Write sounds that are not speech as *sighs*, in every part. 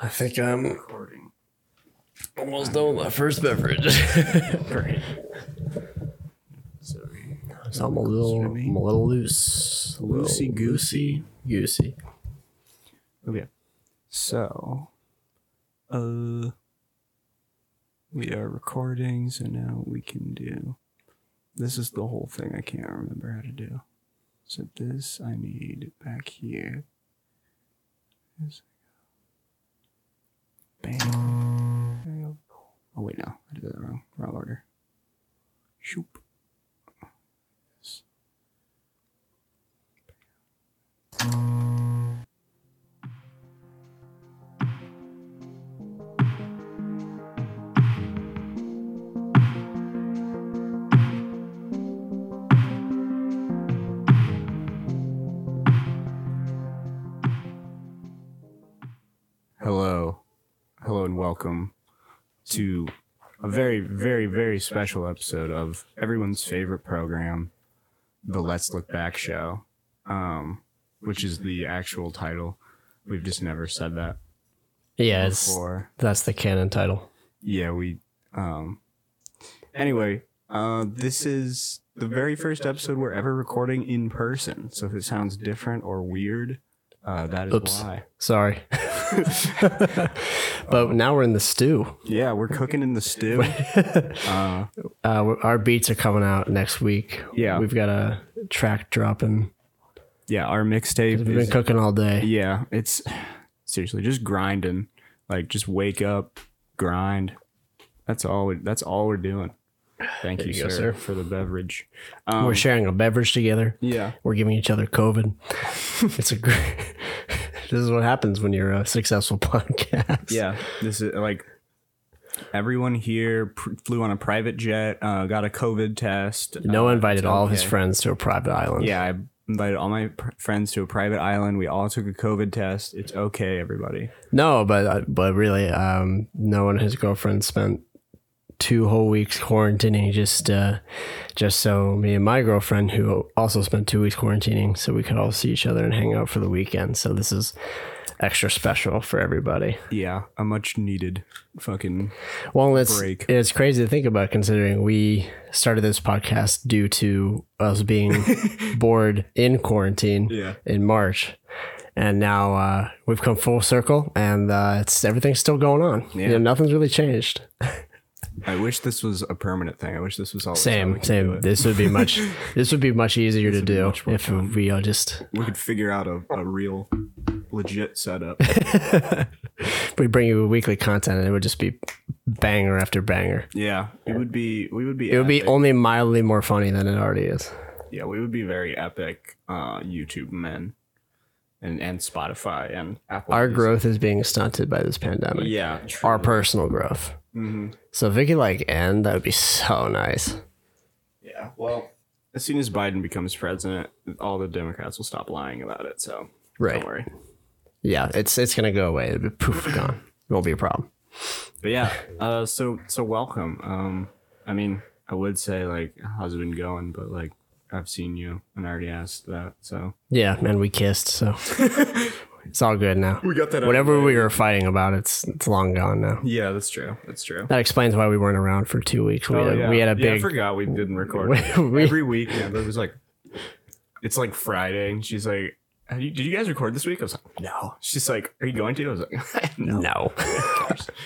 I think I'm recording. almost done with my first beverage. *laughs* Great. So we- So I'm a little, Streamy. I'm a little loose, a little Loosey goosey, goosey. Okay. So, uh, we are recording, so now we can do. This is the whole thing I can't remember how to do. So, this I need back here. This- Bam. Oh, wait, no. I did that wrong. Wrong order. Shoop. Hello. Hello and welcome to a very, very, very special episode of everyone's favorite program, the Let's Look Back Show, um, which is the actual title. We've just never said that Yeah, it's, before. that's the canon title. Yeah, we. Um, anyway, uh, this is the very first episode we're ever recording in person. So if it sounds different or weird, uh, that is Oops. why. *laughs* Sorry. but now we're in the stew. Yeah, we're cooking in the stew. Uh, Uh, our beats are coming out next week. Yeah. We've got a track dropping. yeah, our mixtape. We've is- been cooking all day. Yeah, it's seriously just grinding. Like just wake up, grind. That's all. We, that's all we're doing. Thank There you, you go, sir, sir. for the beverage. Um, We're sharing a beverage together. yeah, We're giving each other COVID. *laughs* it's a great. *laughs* this is what happens when you're a successful *laughs* podcast. yeah. This is like everyone here pr- flew on a private jet, uh, got a COVID test. Noah Uh, invited it's all of his okay. friends to a private island. Yeah, I invited all my pr- friends to a private island. We all took a COVID test. It's okay, everybody. No, but uh, but really, um, Noah and his girlfriend spent two whole weeks quarantining just uh, just so me and my girlfriend, who also spent two weeks quarantining, so we could all see each other and hang out for the weekend. So this is extra special for everybody. Yeah, a much needed fucking Well, it's Break. it's crazy to think about considering we started this podcast due to us *laughs* being bored in quarantine yeah. in March. And now uh, we've come full circle, and uh, it's everything's still going on. Yeah. You know, nothing's really changed. I wish this was a permanent thing. I wish this was all Same, same. This would be *laughs* much. this would be much easier to do if we all just *laughs* we could figure out a, a real legit *laughs* setup. we bring you weekly content, and it would just be banger after banger. yeah, it would be. We would be. It would be epic. only mildly more funny than it already is. Yeah, we would be very epic. Uh, YouTube men, and and Spotify and Apple. Our Music. growth is being stunted by this pandemic. Yeah. Our personal growth. hmm So if it could like end, that would be so nice. Yeah. Well, as soon as Biden becomes president, all the Democrats will stop lying about it. So Right. don't worry. Yeah. It's it's gonna go away. It'll be poof gone. Won't be a problem. But yeah. Uh. So so welcome. Um. I mean, I would say like, how's it been going? But like, I've seen you and I already asked that. So. Yeah, and we kissed, *laughs* so it's all good now. We got that. out Whatever of the way. we were fighting about, it's it's long gone now. Yeah, that's true. That's true. That explains why we weren't around for two weeks. We, had, a, Oh, yeah. we had a Yeah, I big. forgot we didn't *laughs* record We- we- *laughs* every week. Yeah, but it was like, it's like Friday, and she's like, Have you, "Did you guys record this week?" I was like, "No." She's like, "Are you going to?" I was like, *laughs* "No." no,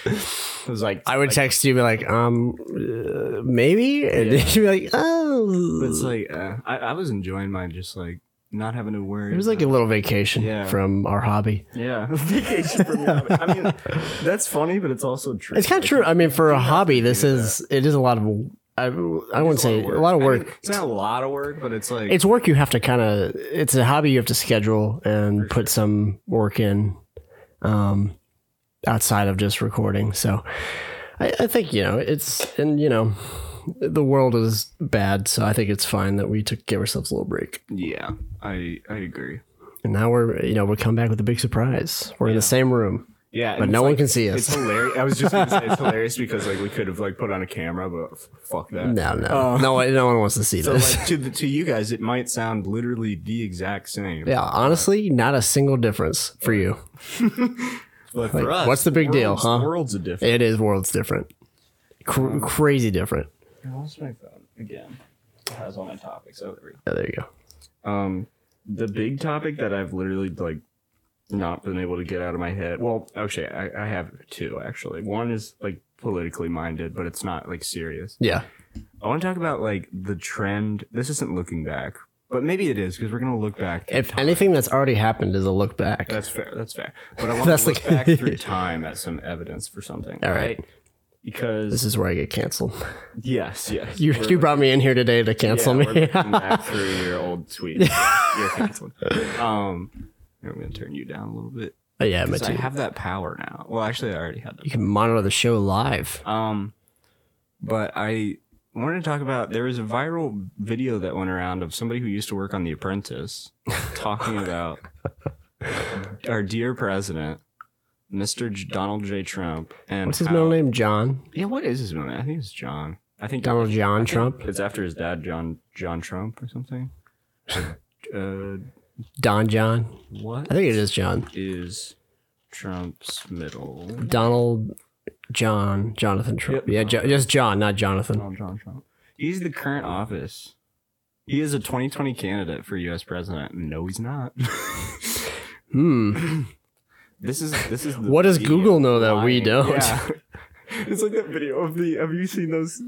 It was like, I would text you be like, um, uh, maybe, and Yeah. you'd be like, oh, It's like uh, I, I was enjoying my just like not having to worry. it was like a about- little vacation Yeah. from our hobby. yeah *laughs* vacation. From your- I mean, that's funny, but it's also true. It's kind of Like, true. I mean, for a hobby, this do is it is a lot of. I, I wouldn't it's say a lot of I mean, work. it's not a lot of work, but it's like it's work you have to kind of it's a hobby you have to schedule and put some work in um outside of just recording so I, I think you know it's and you know the world is bad so i think it's fine that we took give ourselves a little break yeah. I I agree. and now we're you know we're coming back with a big surprise we're in the same room Yeah, and but it's no like- one can see It's us hilarious. I was just gonna say it's hilarious because like we could have like put on a camera, but f- fuck that. no no no one no one wants to see Oh. *laughs* So this *laughs* like to the, to you guys, it might sound literally the exact same. yeah honestly not a single difference for you But Like, for us, what's the big deal, worlds- huh? Worlds are different. It is worlds different, Cr- crazy different. Lost my phone again. It has all my topics. Oh, there we Yeah, there you go. go. Um, the big topic that I've literally like not been able to get out of my head. Well, actually, I, I have two actually. One is like politically minded, but it's not like serious. Yeah, I want to talk about like the trend. This isn't looking back, but maybe it is because we're gonna look back. if anything that's already happened is a look back. That's fair. That's fair. *laughs* But I want That's to look like- *laughs* back through time at some evidence for something. All right. Because This is where I get canceled. *laughs* yes, yes. You we're- you brought me in here today to cancel yeah, me. We're *laughs* looking back through your old tweet. You're canceled. Um, here, I'm gonna turn you down a little bit. Oh, yeah, me 'Cause I too. have that power now. Well, actually, I already had You that. can monitor the show live. Um, but I wanted to talk about there was a viral video that went around of somebody who used to work on *laughs* The Apprentice talking about our dear president, Mr. J- Donald J. Trump, and What's his how- middle name? John. Yeah, what is his middle name? I think it's John. I think Donald John Trump. It's after his dad, John John Trump, or something. uh, Don John. what I think it is John. is Trump's middle? Donald John Jonathan Trump. Yep. Yeah, jo- just John, not Jonathan. Donald John Trump. He's the current office. He is a 2020 candidate for U.S. president. No, he's not. *laughs* Hmm. this is this is. the What does video Google know that we lying- don't? *laughs* Yeah. *laughs* it's like that video of the. Have you seen those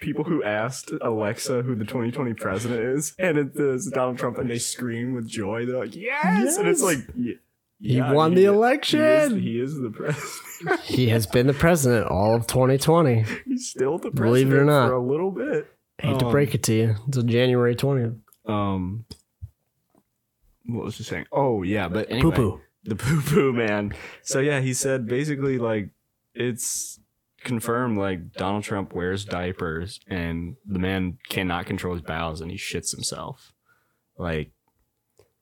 people who asked Alexa who the 2020 president is, and it is Donald Trump, and they scream with joy. They're like, "Yes!" And it's like, y- He yeah, won the is- He is, election. he is the president. *laughs* He has been the president all of 2020. *laughs* He's still the president Believe it or not. for a little bit. Hate to Um, break it to you. Until January 20th. Um, what was he saying? Oh yeah, but Poo anyway, poo. the poo poo man. So yeah, he said basically like it's confirmed like Donald Trump wears diapers and the man cannot control his bowels and he shits himself. Like,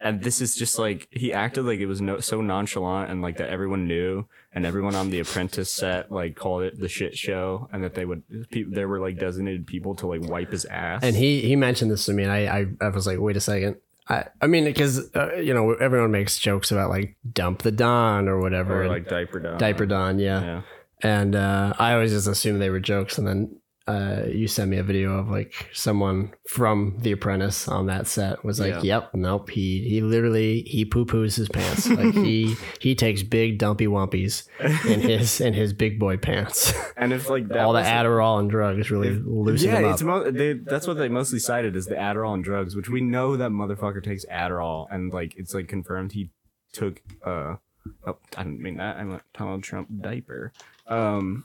and this is just like he acted like it was no, so nonchalant and like that everyone knew and everyone on the Apprentice set like called it the shit show and that they would pe- there were like designated people to like wipe his ass And he he mentioned this to me, and I I, I was like, wait a second. I, I mean, because uh, you know everyone makes jokes about like dump the Don or whatever, or and like diaper down diaper Don, yeah. Yeah. and uh, I always just assumed they were jokes. And then uh, you sent me a video of like someone from The Apprentice on that set was like, Yeah. "Yep, nope he he literally he poo poos his pants. like *laughs* he he takes big dumpy wumpies *laughs* in his in his big boy pants. And if like that All the was- Adderall and drugs really If- loosen yeah, him up. it's mo- they, that's what they mostly cited is the Adderall and drugs, which we know that motherfucker takes Adderall, and like it's like confirmed he took. uh Oh, I didn't mean that. I meant Donald Trump diaper. Um,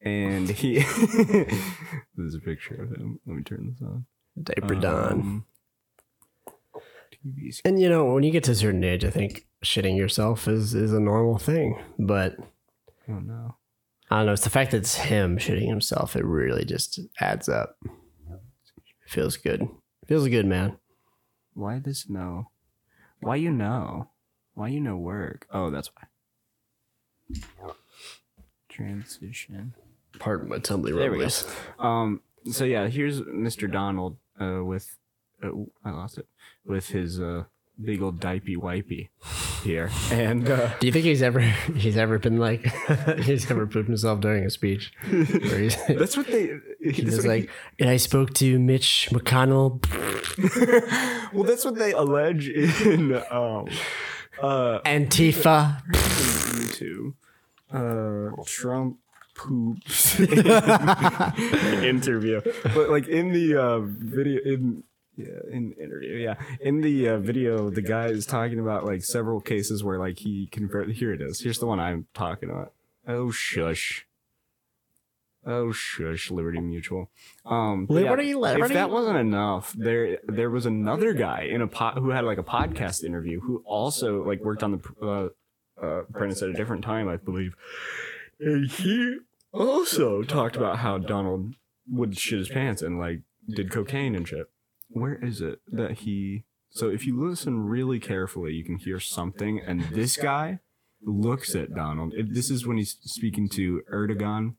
and he. *laughs* There's a picture of him. Let me turn this on. Diaper Don. Um, TV's And you know, when you get to a certain age, I think shitting yourself is is a normal thing, but. Oh no. I don't know. It's the fact that it's him shooting himself. It really just adds up. Feels good. Feels good, man. Why this no? Why you know? Why you know work? Oh, that's why. Transition. Pardon my tumbly There we go. rumblies. Um. So yeah, here's Mr. Donald uh, with, uh, ooh, I lost it, with his uh, big old dipey wipey here, and uh, Do you think he's ever *laughs* he's ever been like *laughs* he's ever pooped himself during a speech? Where he's, *laughs* that's what they. he's that's just what like, and I spoke to Mitch McConnell, he- well, that's what they allege in um, uh, Antifa. YouTube. Uh, Trump poops *laughs* interview, but like in the uh, video in. Yeah, in interview. Yeah, in the uh, video, the guy is talking about like several cases where like he convert. Here it is. Here's the one I'm talking about. Oh shush. Oh shush, Liberty Mutual. Um, but yeah, Liberty, If Liberty? that wasn't enough, there there was another guy in a pot who had like a podcast interview who also like worked on the uh, uh, Apprentice at a different time, I believe. And he also talked about how Donald would shit his pants and like did cocaine and shit. Where is it that he? So if you listen really carefully, you can hear something. And this guy looks at Donald. This is when he's speaking to Erdogan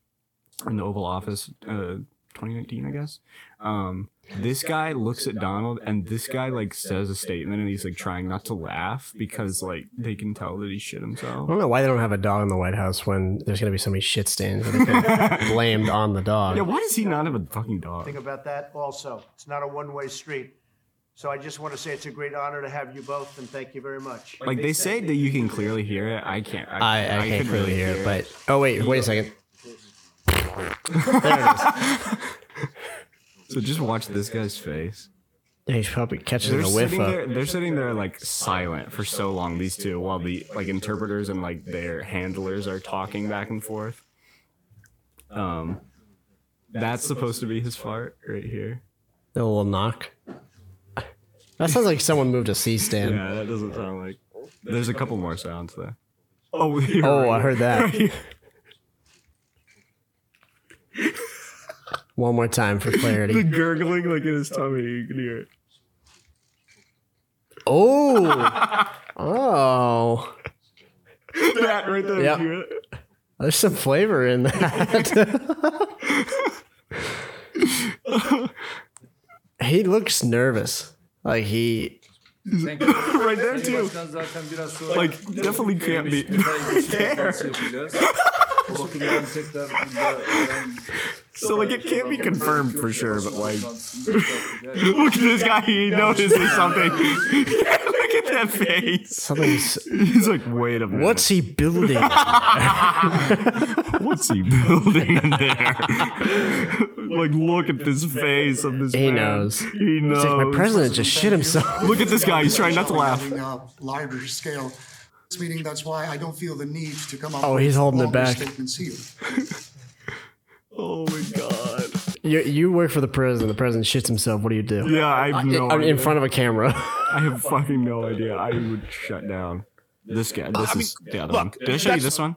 in the Oval Office uh, 2019, I guess. Um, this guy looks at Donald and this guy like says a statement and he's like trying not to laugh because like they can tell that he shit I himself. don't know why they don't have a dog in the White House when there's going to be so many shit stains that they could *laughs* have blamed on the dog. Yeah, why does he not have a fucking dog? Think about that also. It's not a one-way street. So I just want to say it's a great honor to have you both, and thank you very much. Like they say that you can clearly hear it. I can't. I, I, can't couldn't really hear it, but oh wait, wait a second. so just watch this guy's face. Yeah, he's probably catching They're a whiff sitting up. there. They're sitting there like silent for so long. These two, while the like interpreters and like their handlers are talking back and forth. Um, that's supposed to be his fart right here. A little knock. That sounds like someone moved a C stand. Yeah, that doesn't sound like. There's a couple more sounds there. Oh, you're Oh, I right. heard that. One more time for *laughs* *laughs* the clarity. gurgling like in his tummy. You can hear it. Oh, oh, That right there. Yeah. you hear it? there's some flavor in that. *laughs* he looks nervous. Like he, right there too. Like definitely can't be. there. So like it can't be confirmed for sure, but *laughs* like look at this guy, he notices something. *laughs* look at that face. something's. He's like, wait a minute. What's he building? what's he building in there? *laughs* like look at this face of this He man. knows. He It's knows. *laughs* like my president just shit himself. *laughs* Look at this guy, he's trying not to laugh. On a larger scale. This meeting, that's why I don't feel the need to come up Oh, he's with holding it longer back. statements here. Oh my god. You, you work for the president. The president shits himself. What do you do? Yeah, I have no Uh, in, idea. in front of a camera. *laughs* I have fucking no idea. I would shut down. This guy. This is the other one. look, Did I show you that's- this one?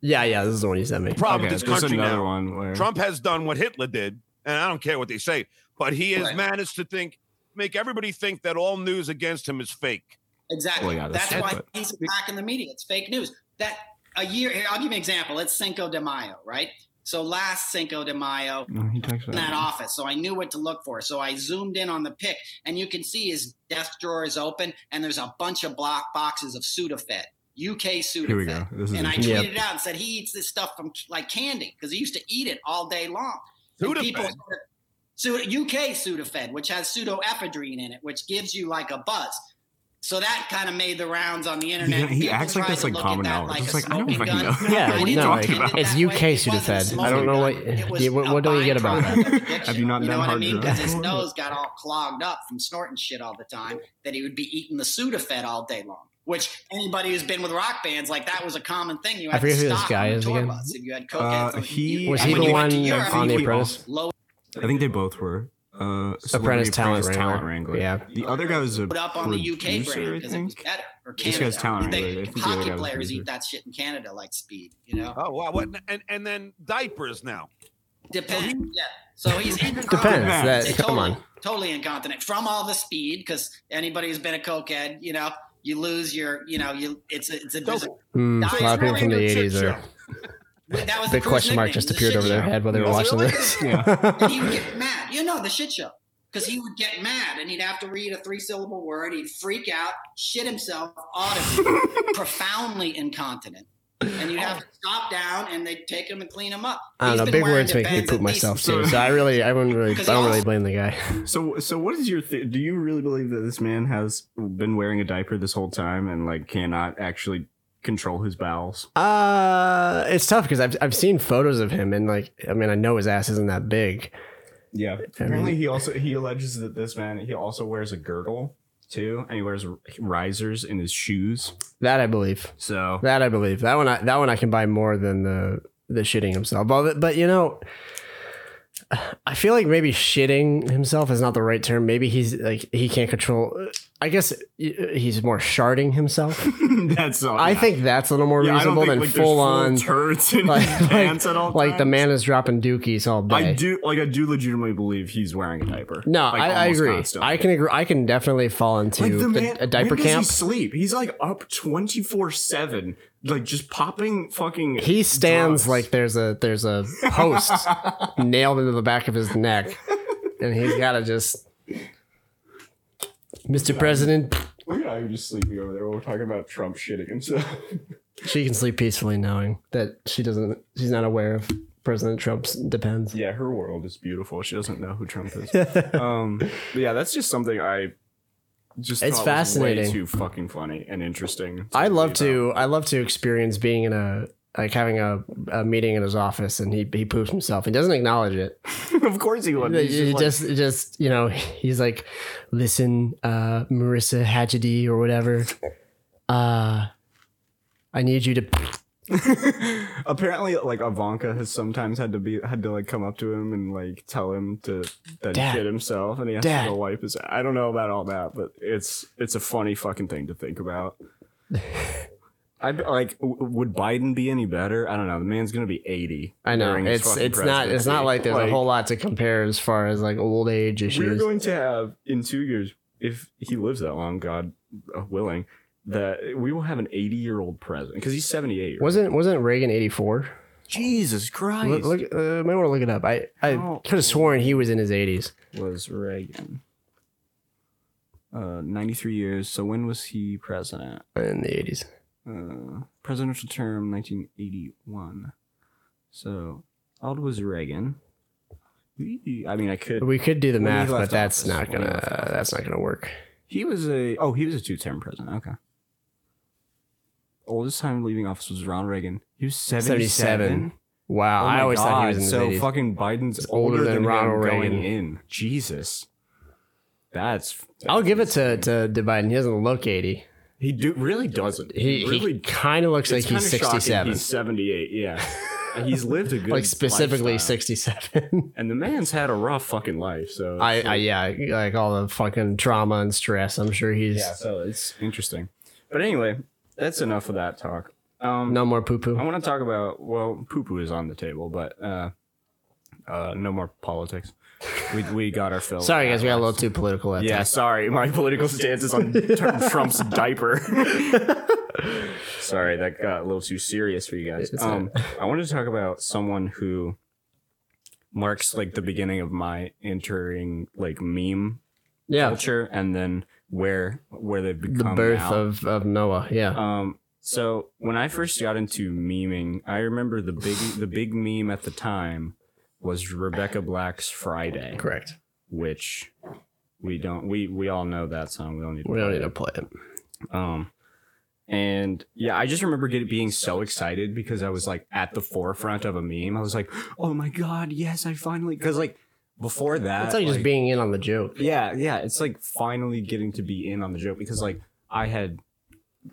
yeah, yeah. This is the one you sent me. problem Okay, with this there's country another now. one where Trump has done what Hitler did, and I don't care what they say, but he has managed to think, make everybody think that all news against him is fake. Exactly. Well, yeah, that's that's it, why but- he's attacking the media. It's fake news. That a year here, I'll give you an example. It's Cinco de Mayo, right? So last Cinco de Mayo No, he talks in about that it. office, so I knew what to look for. So I zoomed in on the pic, and you can see his desk drawer is open, and there's a bunch of block boxes of Sudafed, UK Sudafed. Here we go. This is And I interesting. Yep. tweeted it out and said he eats this stuff from like candy because he used to eat it all day long. And Sudafed? people- Su- UK Sudafed, which has pseudoephedrine in it, which gives you like a buzz. So that kind of made the rounds on the internet. Yeah, he People acts like tried that's, to like, look common at that knowledge. like It's a like, I don't smoking fucking gun. know. Yeah, I didn't no, intend like, it it's that way. UK It wasn't a Sudafed. I don't smoking know what- gun. It was yeah, what- a what don't you get about byproduct that? of addiction. Have you not know done what I hard mean? drugs Because his before? nose got all clogged up from snorting shit all the time that he would be eating the Sudafed all day long. Which anybody who's been with rock bands, like that was a common thing. You had forget to who this stop guy on the is tour again. Bus if you had Uh, cocaine. So he- you- Was and he when the you went one to Europe, on The you- Apprentice? Load I think they both were. Uh, Apprentice Celebrity Talent Wrangler. Talent Wrangler. Yeah. The other guy was a up on the UK producer, brand I because it was think. better. Or This Canada. guy's talent They- really. I think the other guy hockey was players producer. eat that shit in Canada like speed. You know, Oh wow! What and and then diapers now. depends. Yeah. So he's depends. Depends. That, come totally, on. totally incontinent from all the speed because anybody who's been a cokehead, you know, you lose your, you know, you it's a, it's a Dope. Mm, Guys, a lot of people from the Shit 80s are. show. that was the Big first question mark nickname, just the appeared shit over their show. head while they were Yeah. watching Really? this. and he would get mad. You know, the shit show. Because he would get mad and he'd have to read a three syllable word. He'd freak out, shit himself *laughs* audibly, profoundly incontinent. And you'd have to stop down and they'd take him and clean him up. I don't He's know. been Big wearing words make me Depends poop at least- myself So- too. So I really, I wouldn't really, I 'Cause don't y'all- really blame the guy. *laughs* So, so what is your? Th- do you really believe that this man has been wearing a diaper this whole time and like cannot actually control his bowels? Uh, it's tough because I've I've seen photos of him and like, I mean, I know his ass isn't that big. Yeah. Apparently, he also he alleges that this man he also wears a girdle too, and he wears r- risers in his shoes. That I believe. So *laughs* That I believe. That one. I, that one I can buy more than the the shitting himself. But but you know, I feel like maybe shitting himself is not the right term. Maybe he's like he can't control. I guess y- he's more sharding himself. *laughs* that's all. I yeah. think that's a little more Yeah, I don't reasonable think, than like, there's full on turds *laughs* in like, his like, pants at all. like the times. man is dropping dookies all day. I do like I do legitimately believe he's wearing a diaper. No, Like, I, I almost agree. constantly. I can agree. I can definitely fall into like the a- man, a, diaper when does camp. He sleep. He's like up twenty four seven, like just popping fucking. He stands drugs. like there's a there's a post nailed into the back of his neck, and he's got to just, Mr. President, Look at I'm just sleeping over there. We're talking about Trump shitting himself. *laughs* she can sleep peacefully knowing that she doesn't. She's not aware of President Trump's depends. Yeah, her world is beautiful. She doesn't know who Trump *laughs* is. um, but yeah, that's just something I just It's thought was way fascinating. too fucking funny and interesting. I love read about. to I love to experience being in a like having a, a meeting in his office and he, he poops himself. He doesn't acknowledge it. *laughs* of course, he would. He's He just like- just just you know he's like, listen, uh, Marissa Hadgedy or whatever, uh, I need you to. *laughs* Apparently, like Ivanka has sometimes had to be had to like come up to him and like tell him to that he Dad. shit himself, and he has Dad. to go wipe his. I don't know about all that, but it's it's a funny fucking thing to think *laughs* about. I like. w- Would Biden be any better? I don't know. The man's gonna be eighty. I know during his it's fucking it's not it's not presidency. like there's a whole lot to compare as far as like old age We're issues. going to have in two years, if he lives that long, God uh, willing, that we will have an eighty-year-old president because he's seventy-eight. right? Wasn't wasn't Reagan eighty four? Jesus Christ? Look, look uh, might want to look it up. I I How could have sworn he was in his eighties. was Reagan. Uh, 93 years. So when was he president? In the eighties. Uh, presidential term 1981. So how old was Reagan? Ee, I mean, I could. We could do the When he math, but left that's not office. When he gonna left office. that's not gonna work. He was a. Oh, he was a two-term president. Okay. Oldest time leaving office was Ronald Reagan. He was 77. 77. Wow, Oh my I always thought he was God, in his so 80s. fucking Biden's older, older than, than him Ronald going Reagan. in. Jesus, that's. I'll give it to insane. to, to Biden. He doesn't look eighty. He do really doesn't. He really he kind of looks like It's he's kinda shocking sixty seven. He's seventy eight. *laughs* Yeah, And he's lived a good Like specifically lifestyle. sixty seven. And the man's had a rough fucking life. *laughs* So I, I yeah, like all the fucking trauma and stress. I'm sure he's yeah. So it's interesting. But anyway, that's enough of that talk. Um, no more poo I poo. want to talk about well, poo poo is on the table, but uh, uh, no more politics. We we got our fill. Sorry guys, we got a little too political at Yeah, that. sorry. *laughs* My political stance is on Trump's diaper. sorry, that got a little too serious for you guys. It's Um, I wanted to talk about someone who marks like the beginning of my entering like meme Yeah, culture, and then where where they've the become birth now. of of Noah. Yeah, Um, so when I first got into memeing, I remember the big the big meme at the time was Rebecca Black's Friday, correct. which we don't we we all know that song. We don't need to We don't play need it. to play it. Um, and yeah, I just remember getting being so excited because I was like at the forefront of a meme. I was like, oh my god, yes, I finally because like before that, It's like just being in on the joke. yeah, yeah, it's like finally getting to be in on the joke because like I had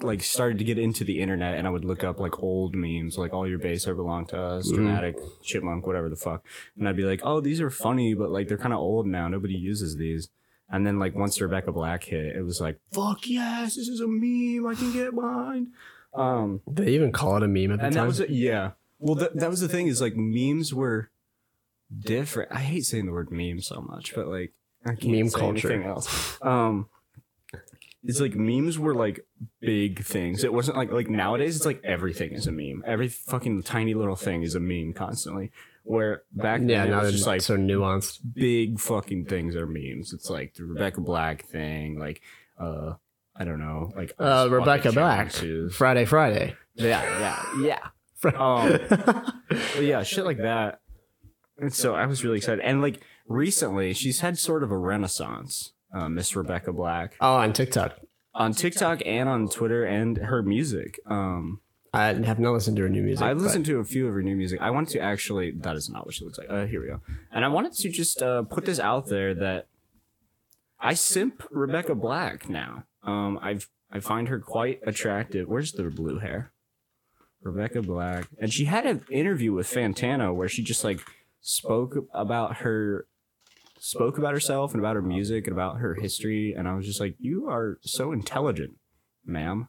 like started to get into the internet and I would look up like old memes like all your base ever belong to us, Mhm. dramatic chipmunk, whatever the fuck, and I'd be like, oh, these are funny, but like they're kind of old now. Nobody uses these. And then like once Rebecca Black hit, it was like, fuck yes, this is a meme I can get behind. Um, They even call it a meme at the and that time. was it. Yeah. Well, that, that was the thing is like memes were different. I hate saying the word meme so much, but like I can't Meme say culture. Anything else? Um, it's like memes were like big things. It wasn't like like nowadays. It's like everything is a meme. Every fucking tiny little thing is a meme constantly. Where back then yeah, it now was they're just just like so nuanced. big fucking things are memes. It's like the Rebecca Black thing. Like uh, I don't know. Like Uh, Spot the Rebecca Black, Chipmunks. Friday, Friday. Yeah, yeah, yeah. Fr- Um, but yeah, shit like that. And so I was really excited. And like recently, she's had sort of a renaissance, uh, Miss Rebecca Black, Oh, on TikTok. on TikTok and on Twitter and her music. Um, I have not listened to her new music. I've listened to a few of her new music. I want to actually, that is not what she looks like. Uh, here we go. And I wanted to just uh, put this out there that I simp Rebecca Black now. Um, I've I find her quite attractive. Where's the blue hair? Rebecca Black, and she had an interview with Fantano where she just like spoke about her spoke about herself and about her music and about her history. And I was just like, you are so intelligent, ma'am.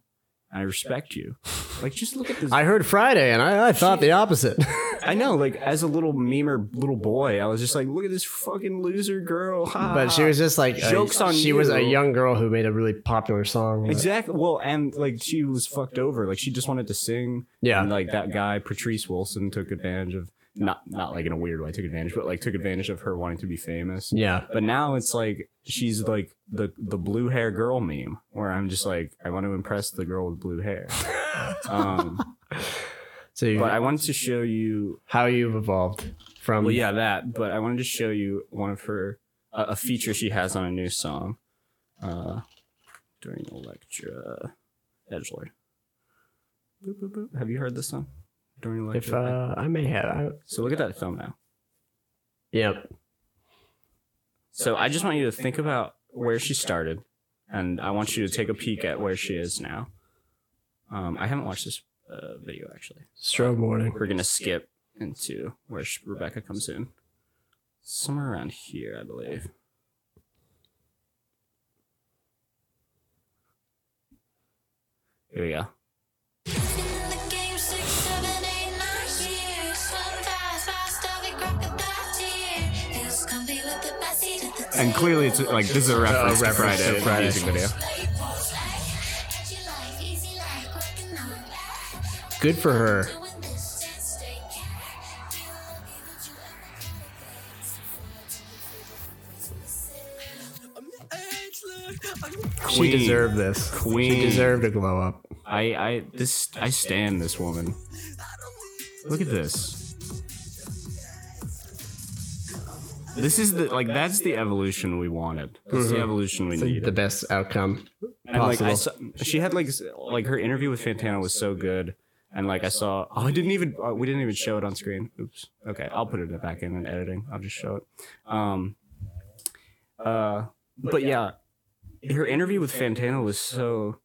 I respect you. Like, just look at this. I heard Friday and I, I thought the opposite. I know, like, as a little memer, little boy, I was just like, look at this fucking loser girl. Ha, but she ha. was just like, a- Joke's on she was a you. young girl who made a really popular song. Exactly. Well, and like she was fucked over. Like she just wanted to sing. Yeah. And like that guy, Patrice Wilson, took advantage of not not like in a weird way took advantage, but like took advantage of her wanting to be famous. Yeah. But now it's like she's like the the blue hair girl meme, where I'm just like I want to impress the girl with *laughs* blue hair. um, So you, but I wanted to show you. how you've evolved from Well, yeah, that. But I wanted to show you one of her a a feature she has on a new song uh, during the lecture. uh, Edgelord. Boop, boop, boop. Have you heard this song? During the if lecture. uh, I may have. I, so look at that thumbnail. yep. So I just want you to think about where she started, and I want you to take a peek at where she is now. Um, I haven't watched this uh, video actually. Strobe morning. We're gonna skip into where sh- Rebecca comes in, somewhere around here, I believe. Here we go. And clearly, it's like this is a reference, to reference Friday, to Friday. music video. Good for her. She Queen. deserved this. She *laughs* Queen. deserved a glow up. I, I, this, I stand this woman. Look at this. This is the like that's the evolution we wanted. That's Mm-hmm. the evolution we The needed. best outcome. And like I possible. saw, she had like s- like her interview with Fantana was so good, and like I saw, oh, I didn't even uh, we didn't even show it on screen. Oops. Okay, I'll put it back in in editing. I'll just show it. Um. Uh, but yeah, her interview with Fantana was so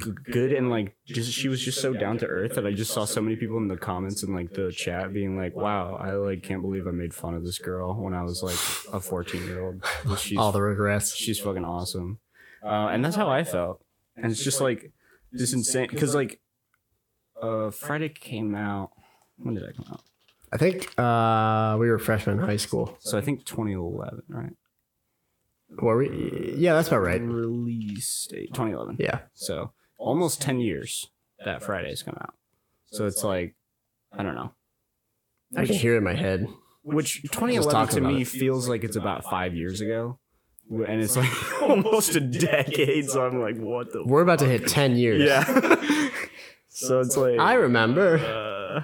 g- good and like just she was just so down to earth that I just saw so many people in the comments and like the chat being like, "Wow, I like can't believe I made fun of this girl when I was like a fourteen year old." *laughs* She's All the regrets. she's fucking awesome. Uh, and that's how I felt. And it's just like this insane because like uh, Friday came out. When did I come out? I think uh, we were freshmen in high school. So I think 2011, right? Were we? Yeah, that's about right. Release date 2011. Yeah. So almost 10 years that Friday's come out. So it's like I don't know. I can hear it in my head. Which Just 2011 talking to about me it. feels like it's about five years ago, and it's like *laughs* almost a decade. So I'm like, what the? We're about to hit 10 years. Yeah. *laughs* so it's like I remember.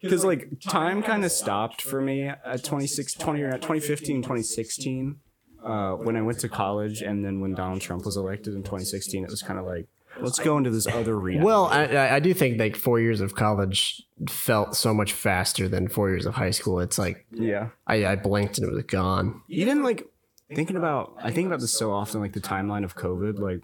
because like time kind of stopped for me at 26 20 or at 2015 2016 uh, when i went to college and then when donald trump was elected in 2016 it was kind of like let's go into this other reality Well, I- I, I do think like four years of college felt so much faster than four years of high school. It's like yeah I, I blinked and it was gone. even like thinking about i think about this so often like the timeline of covid like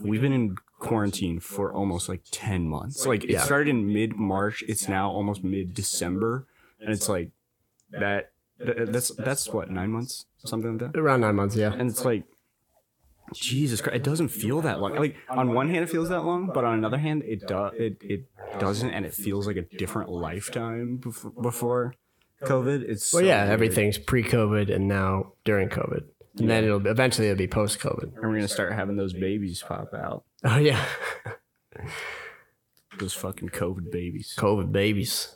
we've been in quarantine for almost like 10 months like it Yeah. started in mid-march it's now almost mid-december and it's like that that- that's that's what nine months something like that Around nine months, yeah. and it's like Jesus Christ, it doesn't feel that long. Like on one hand, it feels that long, but on another hand, it does. It, it doesn't, and it feels like a different lifetime before, before COVID. It's Well, so yeah, weird. everything's pre-COVID and now during COVID, and then it'll eventually it'll be post-COVID. *laughs* And we're gonna start having those babies pop out, Oh yeah, those fucking COVID babies. COVID babies.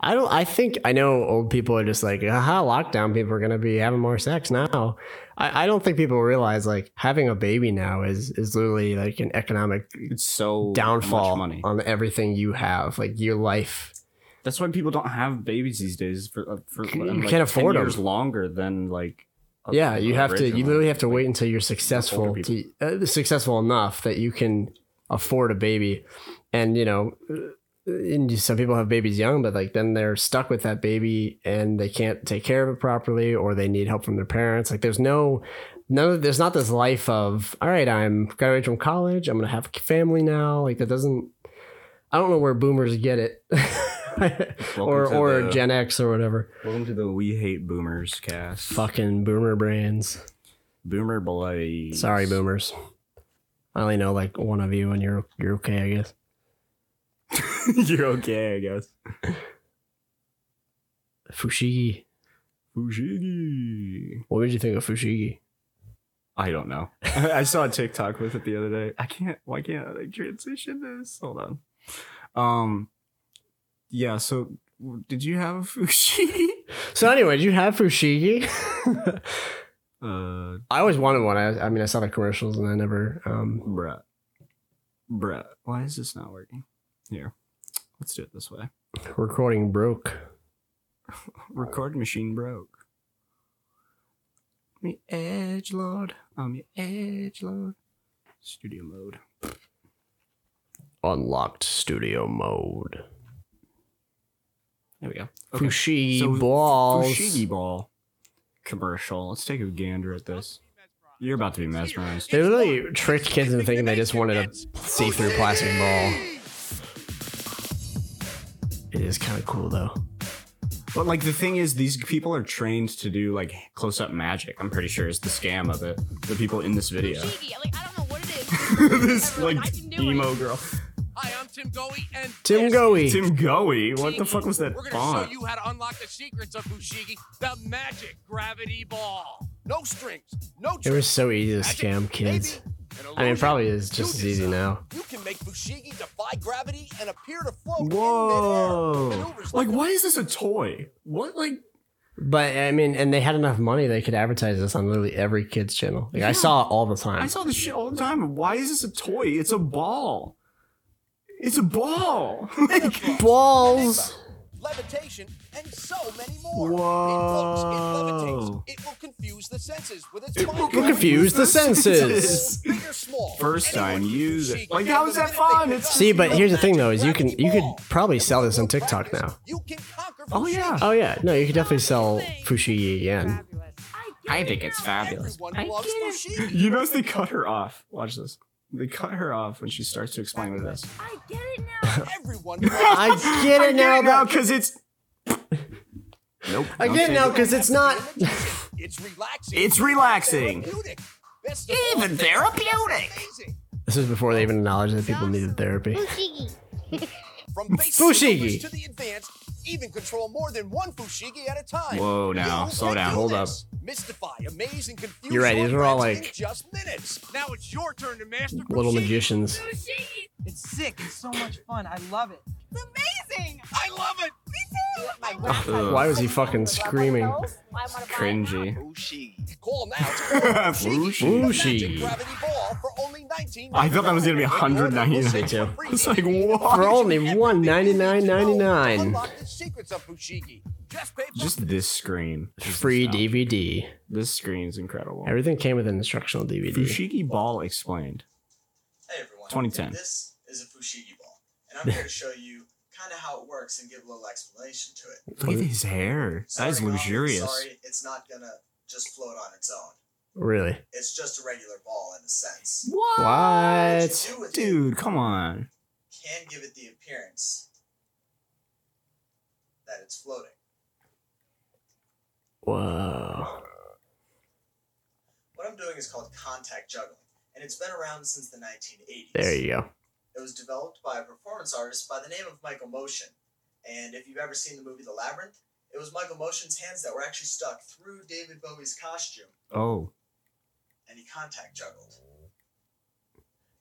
I don't. I think I know old people are just like, aha, lockdown. People are gonna be having more sex now. I, I don't think people realize like having a baby now is is literally like an economic It's so downfall much money. on everything you have, like your life. That's why people don't have babies these days. For uh, for You like can't afford 10 them. years longer than like. a- yeah you have to you original. literally have to wait until you're older successful to, people. uh, successful enough that you can afford a baby and you know uh, and you- some people have babies young but like then they're stuck with that baby and they can't take care of it properly or they need help from their parents like there's no no there's not this life of all right i'm graduated from college i'm gonna have a family now like that doesn't i don't know where boomers get it *laughs* or to or the- Gen X or whatever. Welcome to the We Hate Boomers cast. Fucking boomer brains. Boomer Blaze. Sorry, boomers. I only know like one of you, and you're you're okay, I guess. *laughs* You're okay, I guess. Fushigi. Fushigi. What did you think of Fushigi? I don't know. I saw a TikTok with it the other day. I can't. Why can't I like, transition this? Hold on. Um. Yeah. So, w- did you have a Fushigi? So anyway, did you have Fushigi? *laughs* *laughs* Uh, I always wanted one. I, I mean, I saw the commercials, and I never. Um, bruh. Bruh. Why is this not working? Here. Let's do it this way. recording broke. Record machine broke. I'm your edge lord. I'm your edge lord. Studio mode. Unlocked studio mode. There we go. Fushigi So, balls. Fushigi ball commercial. Let's take a gander at this. You're about to be mesmerized. They really tricked kids into thinking they just wanted a see-through plastic ball. It is kind of cool though. But like the thing is, these people are trained to do like close-up magic. I'm pretty sure is the scam of it. The people in this video. Cheeky. Like, I don't know what it is. *laughs* *laughs* this Everyone, like I can do emo it. girl. Hi, I'm Tim Goey, and Tim this Goey. Tim Goey. What the fuck was that We're gonna font? show you how to unlock the secrets of Fushigi, the magic gravity ball. No strings, no It was so easy to scam kids. I mean, it probably is just as easy now. You can make Fushigi defy gravity and appear to float. in midair. Whoa! Maneuvers Like, a- why is this a toy? What like? But I mean, and they had enough money they could advertise this on literally every kid's channel. Like I saw it all the time. I saw this shit all the time. Why is this a toy? It's a ball. It's a ball. *laughs* Like, balls. levitation, and so many more. It floats, Whoa. it levitates, it will confuse the senses with its It mind will power. confuse the senses. Small, *laughs* big or small. First Anyone time can use Fushigi it. Like, from how the is that minute they fun? pick It's- up See, but the here's the thing though: is you can magic you could ball. probably And sell with this on a little TikTok practice, now. you can conquer Oh, Fushigi. yeah. Oh yeah, no, you could definitely sell Fushigi again. I think it's fabulous. Everyone loves *laughs* Fushigi. You notice they cut her off. Watch this. They cut her off when she starts to explain what it is. I get it now. Everyone loves I get it now though. *laughs* because it's. Nope. I get it now because it's not. *laughs* It's relaxing. It's relaxing. Therapeutic. Best of all, Even therapeutic. amazing. This is before they even acknowledged that people needed therapy. Fushigi. From basic Fushigi. numbers to the advanced, even control more than one Fushigi at a time. Whoa, now, You slow can down, do hold this. Mystify, amaze, and confuse. You're right, your these are all friends in like- just minutes. Now it's your turn to master Little Fushigi. magicians. It's sick. It's so much fun. I love it. It's amazing. I love it. I Ugh. Why was he fucking screaming? Cringy. Fushigi. Call now. *laughs* to order Fushigi. Fushigi. The magic gravity ball for only 19 I thought that was gonna be 199 Order will too. *laughs* It's send like you a free what? For only To $199.99. unlock the secrets of Fushigi. Just pay Just this screen. Free DVD. This screen's incredible. Everything came with an instructional DVD. Fushigi Ball explained. Hey everyone. 2010. This is a Fushigi ball, and I'm here to show you kind of how it works and give a little explanation to it. Look at his hair. That is Starting off, luxurious. Sorry, it's not gonna just float on its own. Really? It's just a regular ball in a sense. What? Do with it Dude, come on. can give it the appearance that it's floating. Whoa. What I'm doing is called contact juggling, and it's been around since the 1980s. There you go. It was developed by a performance artist by the name of Michael Motion. And if you've ever seen the movie The Labyrinth, it was Michael Motion's hands that were actually stuck through David Bowie's costume, Oh. and he contact juggled.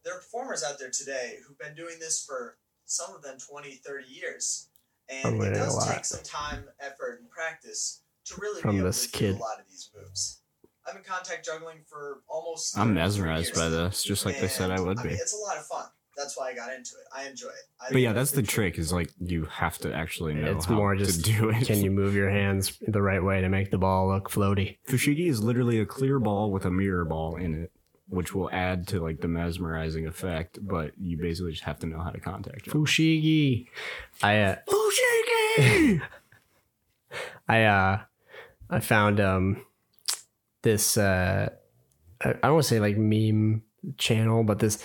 There are performers out there today who've been doing this for some of them 20, 30 years. I'm And it learning a does lot. take some time, effort, and practice to really From be able this to do kid. a lot of these moves. I've been contact juggling for almost. I'm 33 mesmerized years by this, just like they said I and, would mean, be. it's a lot of fun. That's why I got into it. I enjoy it. I But yeah, think that's the it's trick is like you have to actually know It's how more to just do it. *laughs* can you move your hands the right way to make the ball look floaty? Fushigi is literally a clear ball with a mirror ball in it, which will add to like the mesmerizing effect, but you basically just have to know how to contact it. Fushigi. I uh, Fushigi! I uh I found um this uh I I don't want to say like meme channel, but this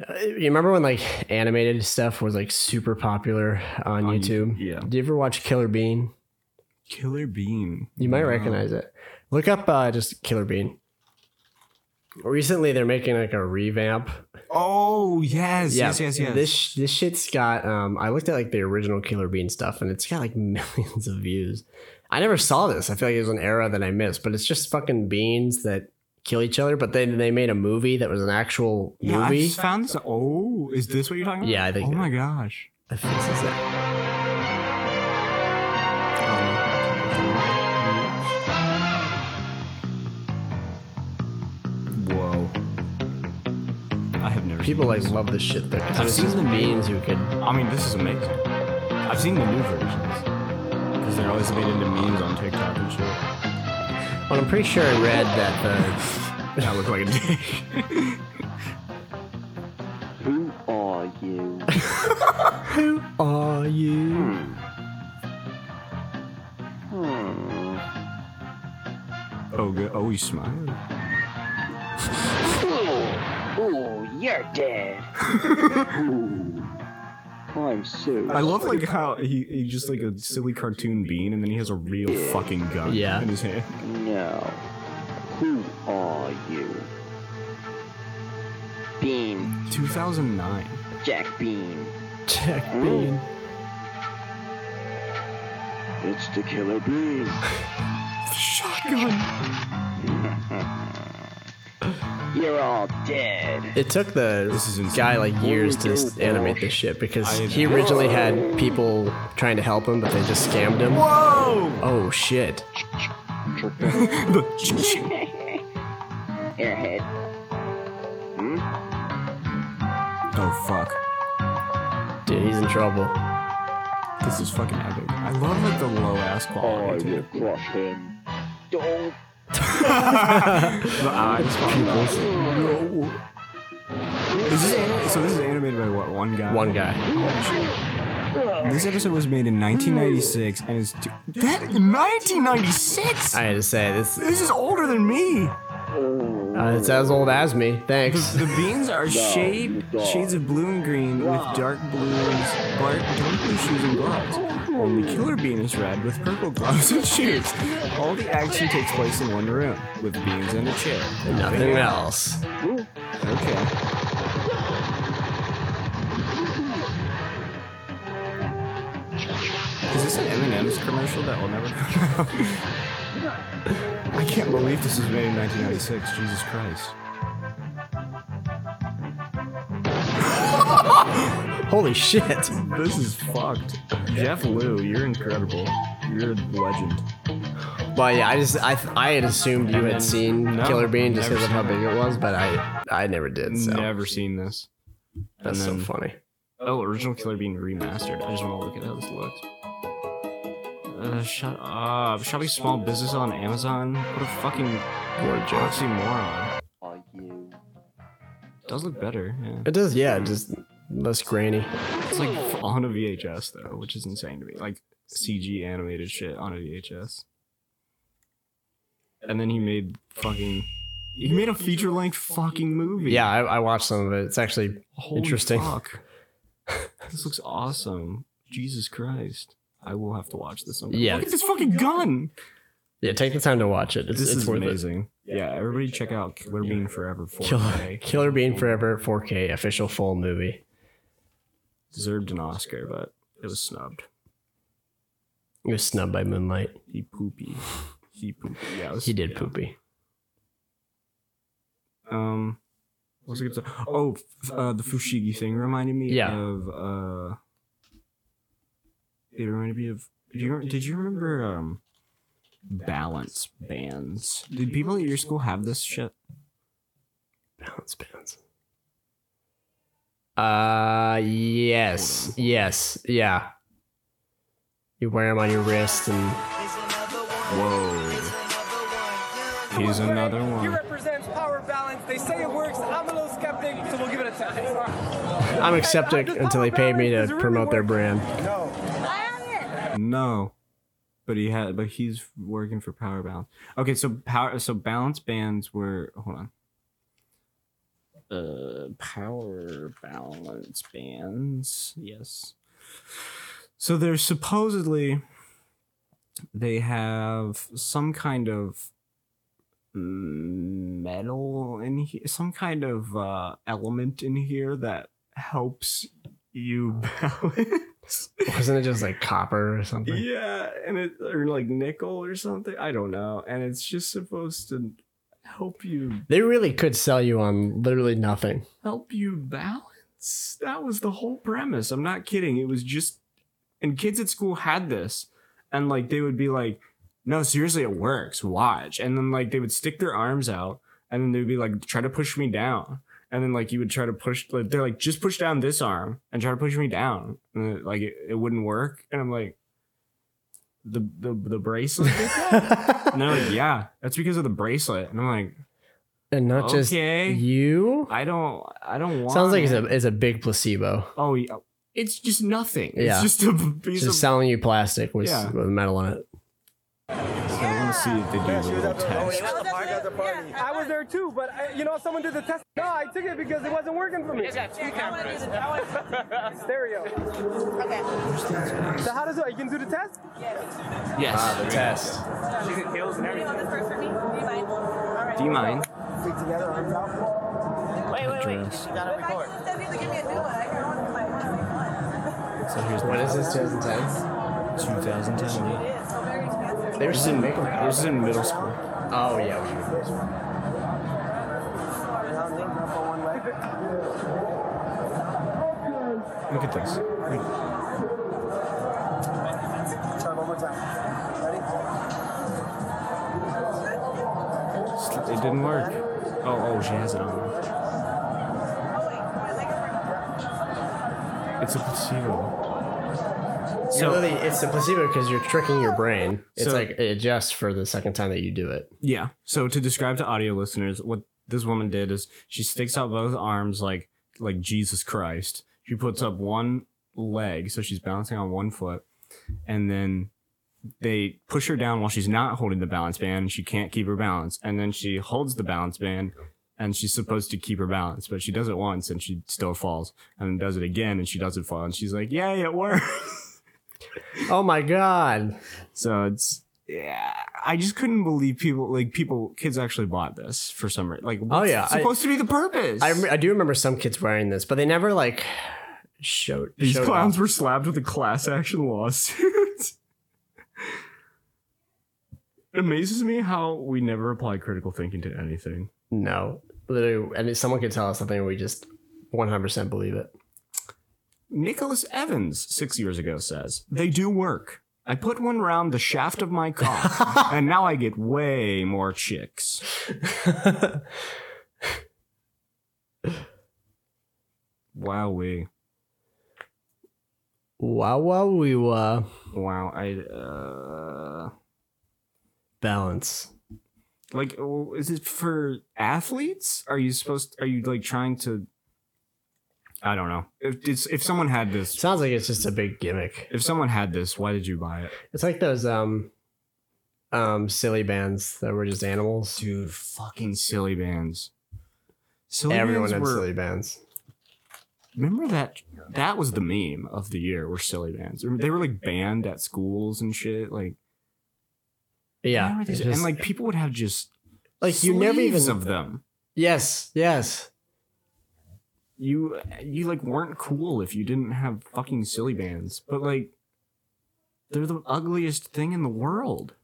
Uh, You remember when like animated stuff was like super popular on, YouTube? Yeah. Do you ever watch Killer Bean? Killer Bean. You might recognize it. Look up uh, just Killer Bean. Recently, they're making like a revamp. Oh yes, Yeah, yes, yes, yes. This sh- this shit's got. Um, I looked at like the original Killer Bean stuff, and it's got like *laughs* millions of views. I never saw this. I feel like it was an era that I missed, but it's just fucking beans that kill each other. But then they made a movie that was an actual yeah, movie. I found this. Oh, is this what you're talking about? Yeah, I think Oh that- my gosh. I think this is it. Whoa. I have never. People like love this shit though. 'cause I've it's seen just the beans who could. I mean, this is amazing. I've seen the new versions because they're always made into memes on TikTok and shit. Well, I'm pretty sure I read that the. *laughs* I look like a dick. Who are you? *laughs* Who are you? Oh, good. Oh, you smile. Ooh, ooh, you're dead. Ooh, I'm so. I love like how he, he just like a silly cartoon bean, and then he has a real fucking gun Yeah. in his hand. No. Who are you? Bean. 2009. Jack Bean. Jack Bean. It's the killer bean. Shotgun. You're all dead. It took the guy like years to s- animate this shit because he originally had people trying to help him, but they just scammed him. Whoa! Oh shit! Airhead. Hmm? *laughs* Oh fuck. Dude, he's in trouble. This is fucking epic. I love like the low ass quality. I will crush him. Don't. *laughs* the eyes, pupils. Is this anim- so this is animated by what? One guy. One guy. This episode was made in 1996 and is t- that 1996. I had to say this. This is older than me. Uh, it's as old as me. *laughs* Thanks. The beans are shade shades of blue and green with dark blues, dark, dark blue shoes and gloves. Only killer bean is red with purple gloves and shoes. All the action takes place in one room with beans and a chair. Nothing else. Okay. Is this an M&M's commercial that will never come out? I can't believe this was made in 1996. Jesus Christ. Holy shit. This is fucked. Jeff Liu, you're incredible. You're a legend. Well, yeah, I just I I had assumed you And had then- seen no, Killer Bean just never because of how seen big it was, but I I never did. So Never seen this. that's And so then- funny. Oh, original Killer Bean remastered. I just want to look at how this looks. Uh, shut up. Shopping small business on Amazon? What a fucking oxymoron. Does look better, yeah. *laughs* It does, yeah, just less grainy. It's like f- on a VHS though, which is insane to me. Like CG animated shit on a VHS. And then he made fucking. He made a feature length fucking movie. Yeah, I, I watched some of it. It's actually Holy interesting. *laughs* Fuck. this looks awesome. Jesus Christ. I will have to watch this. Sometime. Yeah. Look at this Oh fucking gun. Yeah, take the time to watch it. It's, this it's is worth amazing. Yeah, everybody check out Killer Bean *laughs* Forever it. 4K. Killer, Killer Bean Forever 4K official full movie. Deserved an Oscar, but it was snubbed. It was snubbed by Moonlight. He poopy. He poopy. Yeah, it was- He did yeah. poopy. Um, what was I gonna say? Oh, f- uh, the Fushigi thing reminded me Yeah. of. Uh, it reminded me of. Do you, did you remember um, balance bands? Did people at your school have this shit? Balance bands. Uh, yes, yes, yeah. You wear them on your wrist and. Whoa. He's another He one. represents power balance. They say it works. I'm a little skeptic, so we'll give it a try. I'm accepted until they paid me to promote their brand. No, but he had. But he's working for Power Balance. Okay, so power. So Balance bands were. Hold on. uh power balance bands. Yes. So they're supposedly they have some kind of metal in here, some kind of uh, element in here that helps you *laughs* balance. Wasn't it just like copper or something? yeah, and it or like nickel or something. I don't know, and it's just supposed to help you They really could sell you on literally nothing. help you balance. That was the whole premise. I'm not kidding. It was just, and kids at school had this, and like they would be like, "No, seriously, it works. Watch." And then like they would stick their arms out, and then they'd be like, "Try to push me down." And then like you would try to push, like they're like, "Just push down this arm and try to push me down." And it- like it, it wouldn't work, and I'm like. The, the the bracelet did that? and they're *laughs* like, yeah, that's because of the bracelet. And I'm like, And not just Okay. you. I don't I don't want Sounds like it's it. a it's a big placebo. Oh, yeah. It's just nothing. Yeah. It's just a b- piece Just of. selling you plastic with, Yeah. with metal in it. I want to see if they do a little test. I was there too, but I, you know, someone did the test. No, I took it because it wasn't working for me. It's got two Yeah, I wanna do *laughs* the- Stereo. Okay. So how does it? You can do the test. Yes. Ah, the test. She did hills and everything. Do you mind? Wait, wait, wait. Address. You gotta record. So here's When is this, 2010? 2010. They were This is still in, making this is in middle school. Oh yeah. Look at this. Try one more time. Ready? It's- It didn't work. Oh, oh, she has it on. It's a placebo. So really, it's the placebo because you're tricking your brain. It's So- like it adjusts for the second time that you do it. Yeah. So to describe to audio listeners, what this woman did is she sticks out both arms like like Jesus Christ. She puts up one leg, so she's balancing on one foot, and then they push her down while she's not holding the balance band and she can't keep her balance. And then she holds the balance band and she's supposed to keep her balance, but she does it once and she still falls and then does it again and she doesn't fall and she's like, Yay, it worked. *laughs* Oh my god. So it's yeah, I just couldn't believe people like people kids actually bought this for some reason. Like Oh what's yeah. supposed to be the purpose. I, I do remember some kids wearing this, but they never like showed. These showed clowns off. were slapped with a class action lawsuit. *laughs* it amazes me how we never apply critical thinking to anything. No, literally, and if someone could tell us something, we just 100 percent believe it. Nicholas Evans six years ago says they do work. I put one round the shaft of *laughs* my cock, and now I get way more chicks. Wowee. *laughs* Wow, wow, we were Wow, I uh balance. like oh, is it for athletes? Are you supposed are you like trying to I don't know. If it's if someone had this Sounds like it's just a big gimmick. if someone had this, why did you buy it? It's like those um um silly bands that were just animals. Dude, fucking silly bands. Silly Everyone bands had were- silly bands. Remember that that was the meme of the year were silly bands. Remember, They were like banned at schools and shit. Like Yeah. remember these- it's just- and like people would have just Like, you never sleeves even- of them. yes, yes. you you like weren't cool if you didn't have fucking silly bands but like they're the ugliest thing in the world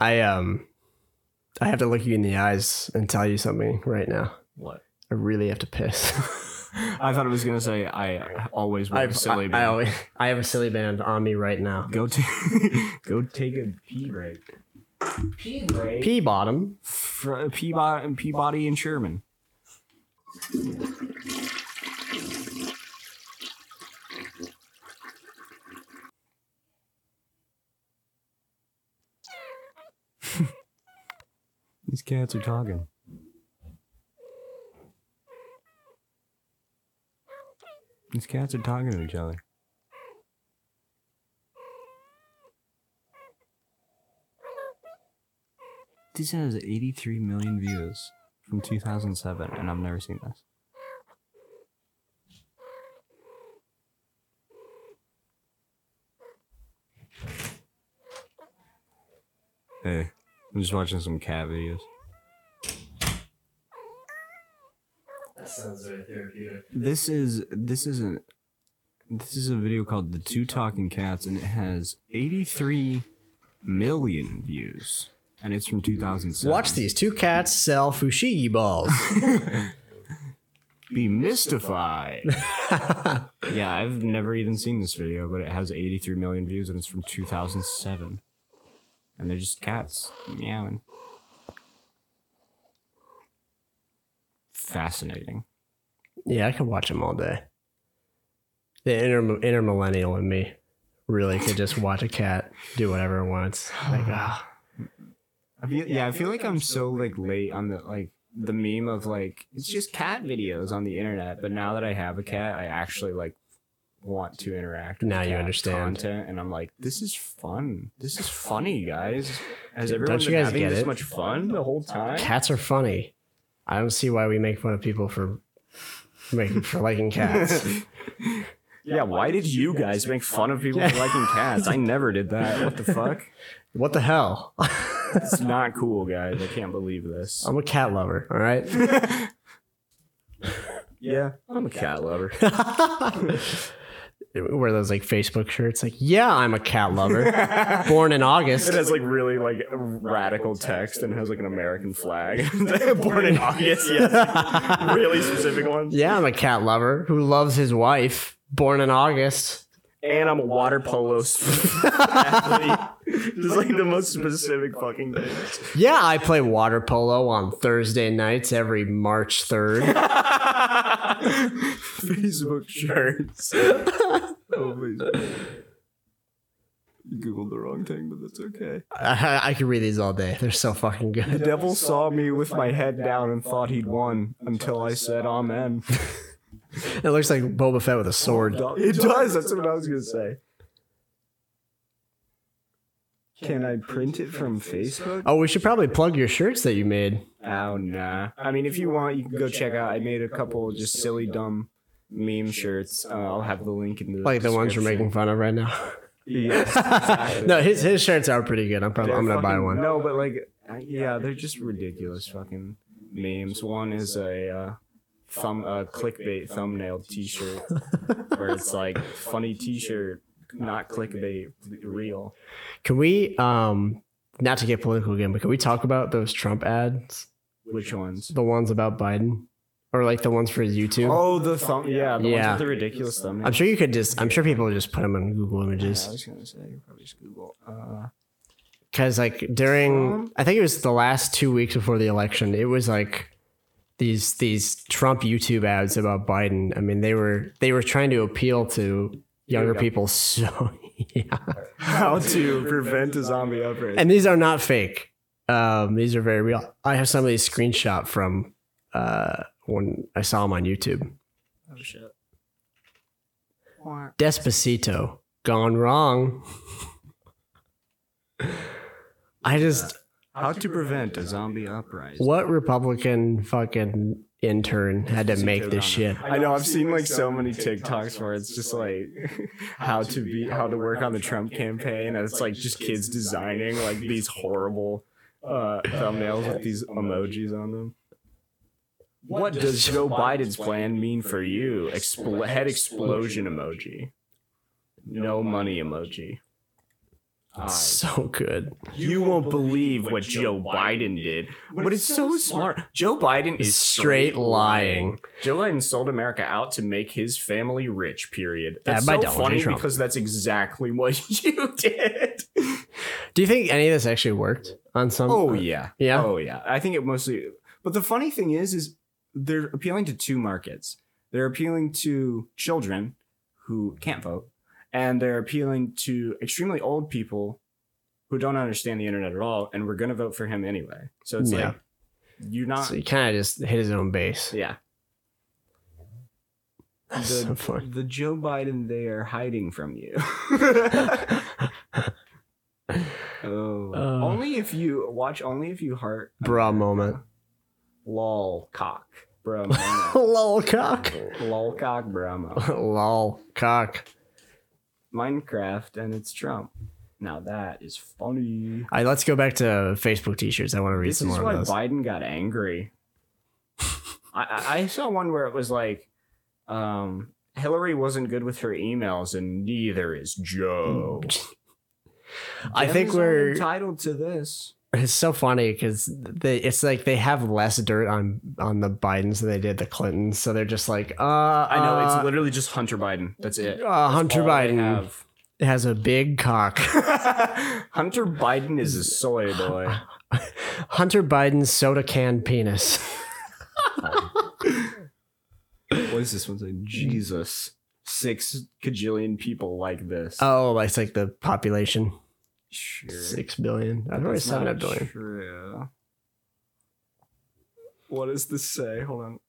I um I have to look you in the eyes and tell you something right now. what I really have to piss. *laughs* *laughs* i thought it was gonna say i always wear a I've, silly I, I, band always, I have a silly band on me right now. go to *laughs* go take a pee break pee break P bottom. Fr- peabody, peabody and sherman *laughs* these cats are talking these cats are talking to each other This has 83 million views from 2007, and I've never seen this. Hey, I'm just watching some cat videos. That sounds very therapeutic. This is this is a this is a video called "The Two Talking Cats" and it has 83 million views, and it's from 2007. Watch these two cats sell fushigi *laughs* balls. Be mystified. *laughs* yeah, I've never even seen this video, but it has 83 million views and it's from 2007. And they're just cats meowing. Fascinating. yeah, I could watch them all day. The inter- intermillennial in me really could just watch a cat do whatever it wants. *sighs* Like, ah. I feel, yeah, I feel like I'm so like late on the like the meme of like it's just cat videos on the internet, but now that I have a cat, I actually like want to interact. with Now you cat understand. content, and I'm like, this is fun. This is funny, guys. Has Don't everyone you been guys having get this it? much fun the whole time? cats are funny. I don't see why we make fun of people for making for liking *laughs* cats. Yeah, why did you guys make fun of people for Yeah. *laughs* liking cats? I never did that. What the fuck? What the hell? It's not cool, guys. I can't believe this. I'm a cat lover. All right. Yeah, I'm a cat lover. Wear those like Facebook shirts. Like, yeah, I'm a cat *laughs* lover. Born in August. It has like really like radical text and has like an American flag. *laughs* Born in August, yes. *laughs* really specific one. Yeah, I'm a cat lover who loves his wife. Born in August. And I'm a water polo s- *laughs* athlete. Just like the most specific fucking things. *laughs* Yeah, I play water polo on Thursday nights every March 3rd. Facebook *laughs* shirts. Oh, please. You googled the wrong thing, but that's okay. I, I could read these all day. They're so fucking The good. devil saw me with my head down and thought he'd won until I said amen. It looks like Boba Fett with a sword. It does. That's what I was gonna say. Can I print it from Facebook? Oh, we should probably plug your shirts that you made. Oh nah. I mean, if you want, you can go check out. I made a couple just silly, dumb meme shirts. Uh, I'll have the link in the Like the ones you're making fun of right now. Yes, *laughs* exactly. no, his his shirts are pretty good. I'm probably They're I'm gonna buy fucking- one. No, but like, uh, yeah, they're just ridiculous fucking memes. One is a uh, thumb, a clickbait thumbnail T-shirt, where it's like funny T-shirt, not clickbait, real. Can we um not to get political again, but can we talk about those Trump ads? Which ones? The ones about Biden, or like the ones for his YouTube. Oh, the thumb, yeah, the ones Yeah. with the ridiculous thumbnail. I'm sure you could just. I'm sure people would just put them in Google Yeah, I Images was gonna say you probably just Google. Uh, because like during, I think it was the last two weeks before the election, it was like these these Trump YouTube ads about Biden. I mean, they were they were trying to appeal to younger Yeah. people so *laughs* yeah. how to prevent a zombie outbreak? and these are not fake. Um, these are very real. I have some of these screenshot from uh, when I saw them on YouTube. oh shit. Despacito gone wrong. *laughs* I just How to prevent a zombie uprising? what Republican fucking intern had to make this shit? I know I've seen like so many TikToks where it's just like *laughs* how to be how to work on the Trump campaign, and it's like just kids designing like these horrible uh, thumbnails with these emojis on them. What does Joe Biden's plan mean for you? Expl- head explosion emoji. No money emoji. So good. You won't believe what Joe Biden did, but it's so smart. Joe Biden is straight lying. Joe Biden sold America out to make his family rich. Period. Yeah, That's by so Donald funny Trump. because that's exactly *laughs* what you did. Um, Do you think any of this actually worked on some? uh, Oh yeah, yeah. Oh yeah. I think it mostly. But the funny thing is, is they're appealing to two markets. They're appealing to children who can't vote, and they're appealing to extremely old people who don't understand the internet at all, and we're gonna vote for him anyway. So it's Yeah. like you're Oh, not. So he kind of just hit his own base. *laughs* yeah. The, So *laughs* funny. the Joe Biden they are hiding from you. *laughs* oh, Uh. Oh. only if you watch. Only if you heart Bra moment. Lolcock *laughs* Bromo. Lolcock. Lolcock Bromo. Lolcock. Minecraft and it's Trump. Now that is funny. All right, let's go back to Facebook t-shirts. I want to read this some is more why of those. Biden *laughs* got angry. I- I, I saw one where it was like, um, Hillary wasn't good with her emails, and neither is Joe. *laughs* I think Dems are we're- entitled to this. It's so funny because they it's like they have less dirt on on the Bidens than they did the Clintons, so they're just like, uh, I know it's uh, literally just Hunter Biden. That's it. uh, That's Hunter all they Biden *laughs* have. has a big cock. *laughs* Hunter Biden is a *laughs* soy boy. Hunter Biden's soda can penis. *laughs* what is this one saying? Jesus, six kajillion people like this. oh, it's like the population. Sure. Six billion. I've already That's seven not up billion. True. What does this say? Hold on.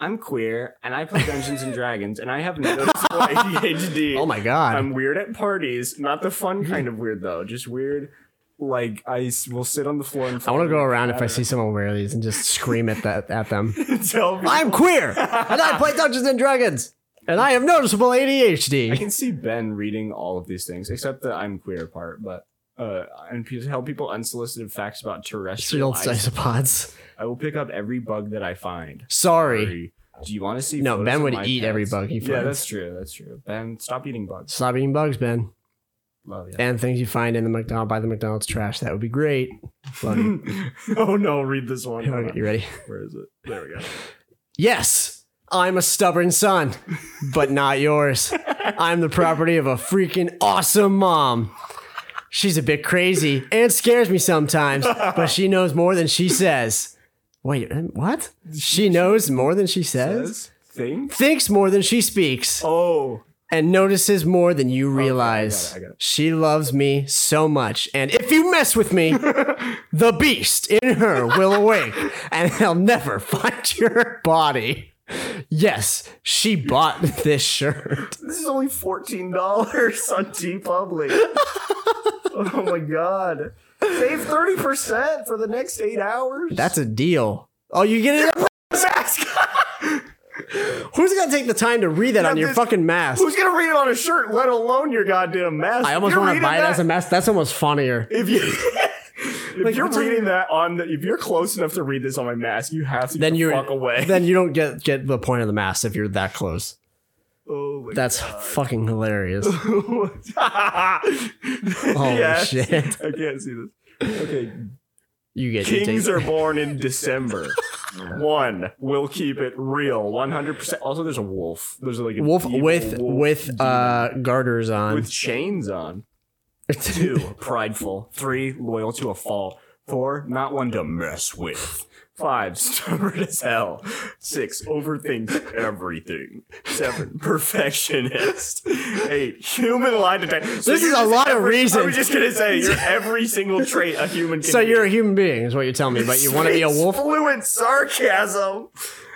I'm queer and I play Dungeons and Dragons and I have *laughs* no ADHD. Oh my god. I'm weird at parties, not *laughs* the fun kind of weird though, just weird. Like I s- will sit on the floor and I want to go around if I see someone wear these and just scream at that at *laughs* them. tell *laughs* people. I'm queer and I play Dungeons and Dragons and I have noticeable I ADHD. can see Ben reading all of these things except the I'm queer part, but uh, and pe- tell people unsolicited facts about terrestrial Real isopods. I will pick up every bug that I find. Sorry. Do you want to see? No, photos Ben of would my eat every pets? bug he Yeah, finds. that's true. That's true. Ben, stop eating bugs. Stop eating bugs, Ben. Love you. And things you find in the McDonald by the McDonald's trash. That would be great. Love *laughs* you. *laughs* oh no! Read this one. *laughs* Hold Okay, on. you ready? Where is it? There we go. Yes, I'm a stubborn son, but not yours. I'm the property of a freaking awesome mom. She's a bit crazy and scares me sometimes, but she knows more than she says. Wait, what? She knows more than she says? Thing. Thinks more than she speaks. Oh. And notices more than you realize. She loves me so much. And if you mess with *laughs* me, the beast in her will awake and he'll never find your body. Yes, she bought this shirt. This is only fourteen dollars on *laughs* T Public. oh my god! Save thirty percent for the next eight hours. That's a deal. Oh, you get it? Who's gonna take the time to read that on your fucking mask? *laughs* Who's gonna read it on a shirt, let alone your goddamn mask? I almost You're want to reading buy it that- as a mask. That's almost funnier. *laughs* If you if Like, you're what's on reading that on the, if you're close enough to read this on my mask, you have to then get the you're fuck away. Then you don't get get the point of the mask if you're that close. oh my *laughs* That's fucking hilarious. Holy Oh, shit. I can't see this. Okay. You get you *laughs* Kings take- are born *laughs* in December. One, we'll keep it real, 100%. Also, there's a wolf. There's like a wolf evil with wolf with uh garters on. with chains on. *laughs* Two, prideful. Three, loyal to a fault. Four, not one to mess with. Five, stubborn as hell. Six, overthinks everything. Seven, perfectionist. Eight, human lie detector. This is a lot of I was reasons. just gonna say, you're every single trait a human. Can so be. you're a human being, is what you're telling me, but you want to be *laughs* a wolf? Fluent sarcasm,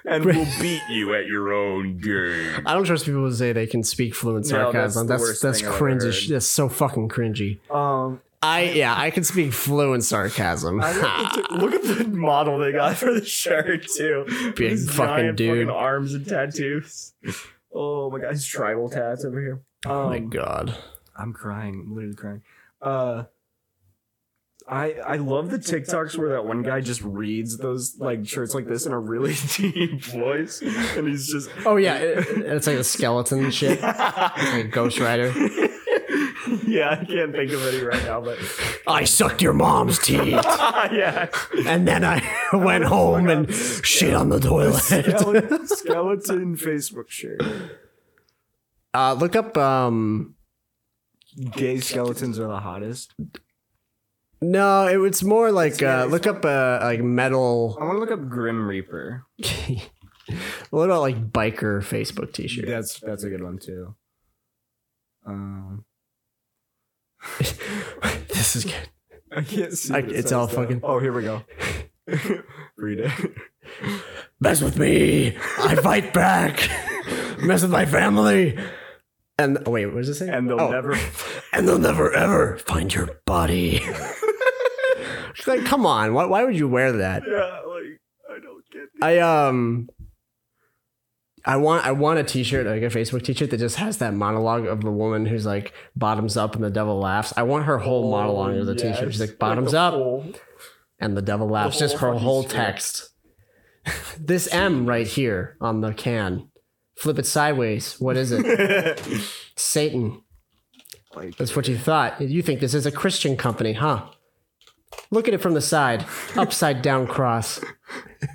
and will *laughs* beat you at your own game. I don't trust people who say they can speak fluent No, that's sarcasm. the that's worst that's, thing I've ever cringy. heard. sh- That's so fucking cringy. Um, I yeah, I can speak fluent sarcasm. *laughs* I look, at the, look at the model they got for the shirt too. Big These fucking giant dude. arms and tattoos. Oh my god, his tribal tats over here. oh my Um, god. I'm crying. I'm literally crying. Uh, I I love the TikToks where that one guy just reads those like shirts like this in a really *laughs* deep voice, and he's just *laughs* Oh yeah, it- it's like a skeleton shit. Like a Ghost *laughs* Rider. yeah. I can't think of any right now, but *laughs* I sucked your mom's teeth. yeah. And then I *laughs* went Oh home and shit on the toilet. Skeleton, skeleton Facebook shirt. *laughs* Uh, look up. Um, Gay skeletons are the hottest. no, it was more like uh, look up uh, like I metal. *laughs* want to look up Grim Reaper. What about like biker Facebook T-shirt? That's that's a good one too. Um, *laughs* this is good. I can't see. I- what it it's says, all though. fucking- Oh, here we go. Read it. Mess with me, I fight back. *laughs* Mess with my family, and oh, wait, what does it say? And they'll Oh. never. and they'll never ever find your *laughs* body. It's like, come on, why, why would you wear that? Yeah, like I don't get I um I want I want a t-shirt, like a Facebook t-shirt that just has that monologue of the woman who's like bottoms up and the devil laughs. I want her whole monologue as a t-shirt. She's Oh, like bottoms up and the devil laughs. just her whole text. *laughs* this M right here on the can. Flip it sideways. What is it? Satan. That's what you thought. You think this is a Christian company, huh? Look at it from the side. *laughs* Upside down cross.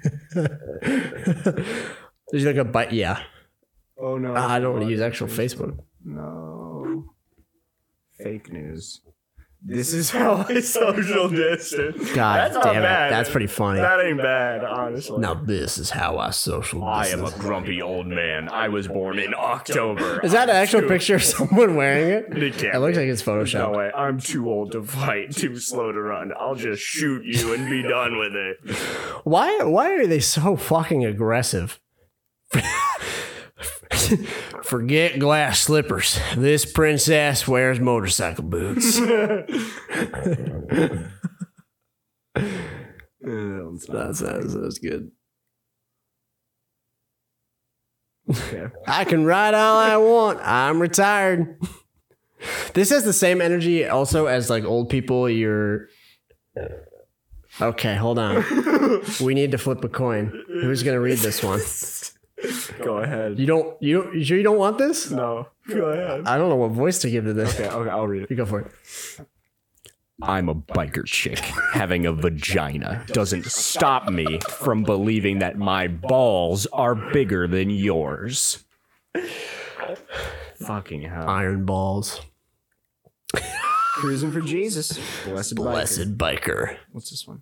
*laughs* There's like a but yeah. Ah, Oh no. I don't want to use actual Facebook. No. Fake news. This is how I social distance. God That's not damn it. bad. That's pretty funny. That ain't bad, honestly. Now this is how I social I am a distance. grumpy old man. I was born in October. Is that an I'm actual too- picture of someone wearing *laughs* it? It can't looks be. like it's There's No photoshopped. way. I'm too old to fight, too slow to run. I'll just shoot you and be done with it. *laughs* Why why are they so fucking aggressive? Forget glass slippers. This princess wears motorcycle boots. That's, that's, that's good. I can ride all I want. I'm retired. This has the same energy also as like old people. You're okay. Hold on. we need to flip a coin. Who's gonna read this one? Go ahead. You don't. You don't. You sure you don't want this? No. Go ahead. I don't know what voice to give to this. Okay, okay, I'll read it. You go for it. I'm a biker chick having a vagina. Doesn't stop me from believing that my balls are bigger than yours. Fucking hell. Iron balls. Cruising for Jesus. Blessed, Blessed biker. What's this one?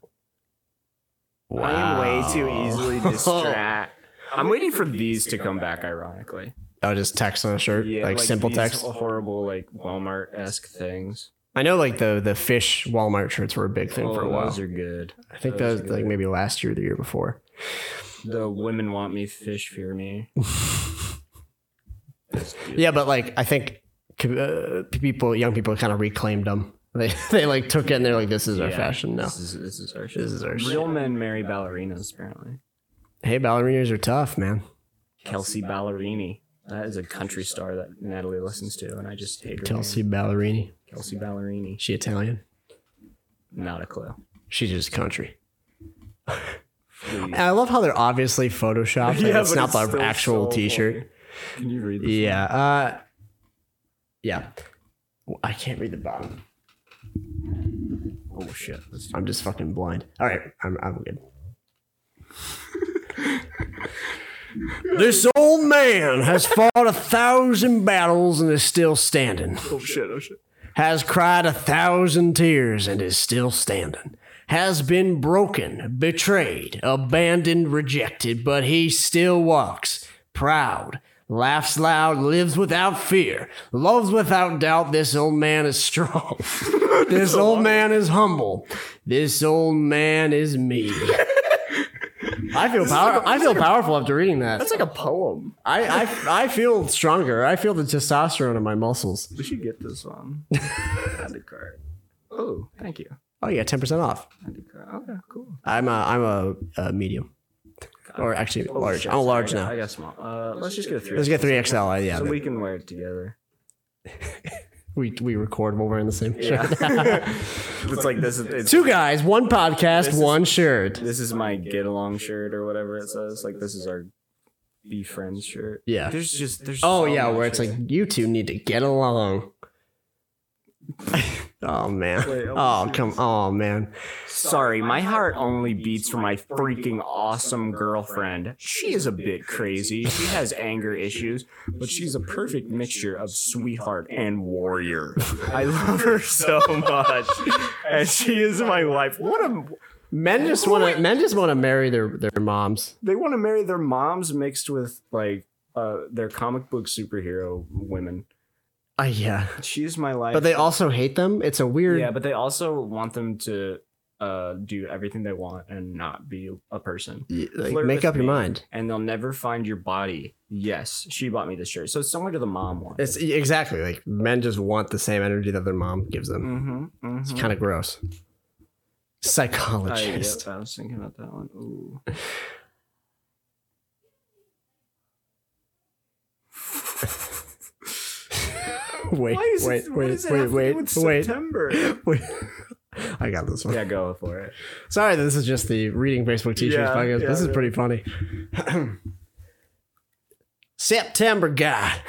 Wow. I am way too *laughs* easily distracted. I'm waiting for these to come back, ironically. Oh, just text on a shirt, like, simple these text. Horrible, like Walmart esque things. I know, like the the fish Walmart shirts were a big thing oh, for a while. Those are good. I think that Those are was like good. maybe last year, or the year before. The women want me, fish fear me. *laughs* That's good. Yeah, but like I think uh, people, young people, kind of reclaimed them. *laughs* They they like took it and they're like, "This is our Yeah, fashion now." This is, this is our shit. This is our Real men marry ballerinas, apparently. Hey, ballerinas are tough, man. Kelsey Ballerini. That is a country star that Natalie listens to, and I just hate her. Kelsey name. Ballerini, Kelsey Ballerini. she Italian. Not a clue. She's just country. And I love how they're obviously photoshopped. and *laughs* Yeah, it's but not it's the still actual so T-shirt. Can you read this? Yeah. Uh, yeah. Well, I can't read the bottom. Oh shit. Let's do I'm just fucking blind. All right. I'm, I'm good. this old man has fought a thousand battles and is still standing. Oh shit. Oh shit. Has cried a thousand tears and is still standing. Has been broken, betrayed, abandoned, rejected, but he still walks, proud, laughs loud, lives without fear, loves without doubt. This old man is *laughs* strong. this old man is humble. This old man is me. I feel powerful. I feel powerful after reading that. That's like a poem. I, I I feel stronger. I feel the testosterone in my muscles. We should get this *laughs* one. Credit card. Oh, thank you. Oh yeah, ten percent off. Credit card. Okay, cool. I'm a I'm a, a medium, or actually Oh, large. shit. I'm a large I got- I now. got small. Uh, let's just get a three. Let's get three XL. Yeah, So but we can wear it *laughs* together. *laughs* we we record while wearing the same Yeah. shirt. it's like this. is- It's, *laughs* Two guys, one podcast, This is- one shirt. This is my get along shirt or whatever it says. Like this is our be friends shirt. Yeah. There's just there's. Oh so yeah, much where it's here. like you two need to get along. *laughs* oh man. Wait, Oh come. Oh man. Sorry, my heart only beats for my freaking awesome girlfriend. She is a bit crazy. She *laughs* has anger issues, but she's a perfect mixture of sweetheart and warrior. *laughs* I love her so much. And she is my life. What a Men just want to. Men just want to marry their their moms. they want to marry their moms mixed with like uh their comic book superhero women. Uh, yeah. She's my life. But they also hate them. It's a weird. Yeah, but they also want them to uh do everything they want and not be a person. y- like, flirt make with up your me. mind. and they'll never find your body. Yes, she bought me this shirt. So it's similar to the mom one. It's exactly like men just want the same energy that their mom gives them. mm-hmm, Oh, It's kind of gross. Psychologist. *laughs* I was thinking about that one. Ooh. wait, Why is it- wait, what wait, does it have wait, to do wait, with wait. September? *laughs* Wait. I got this one. Yeah, go for it. Sorry that this is just the reading Facebook teachers Yeah, podcast. yeah, this is yeah. pretty funny. *clears throat* September *laughs* guy.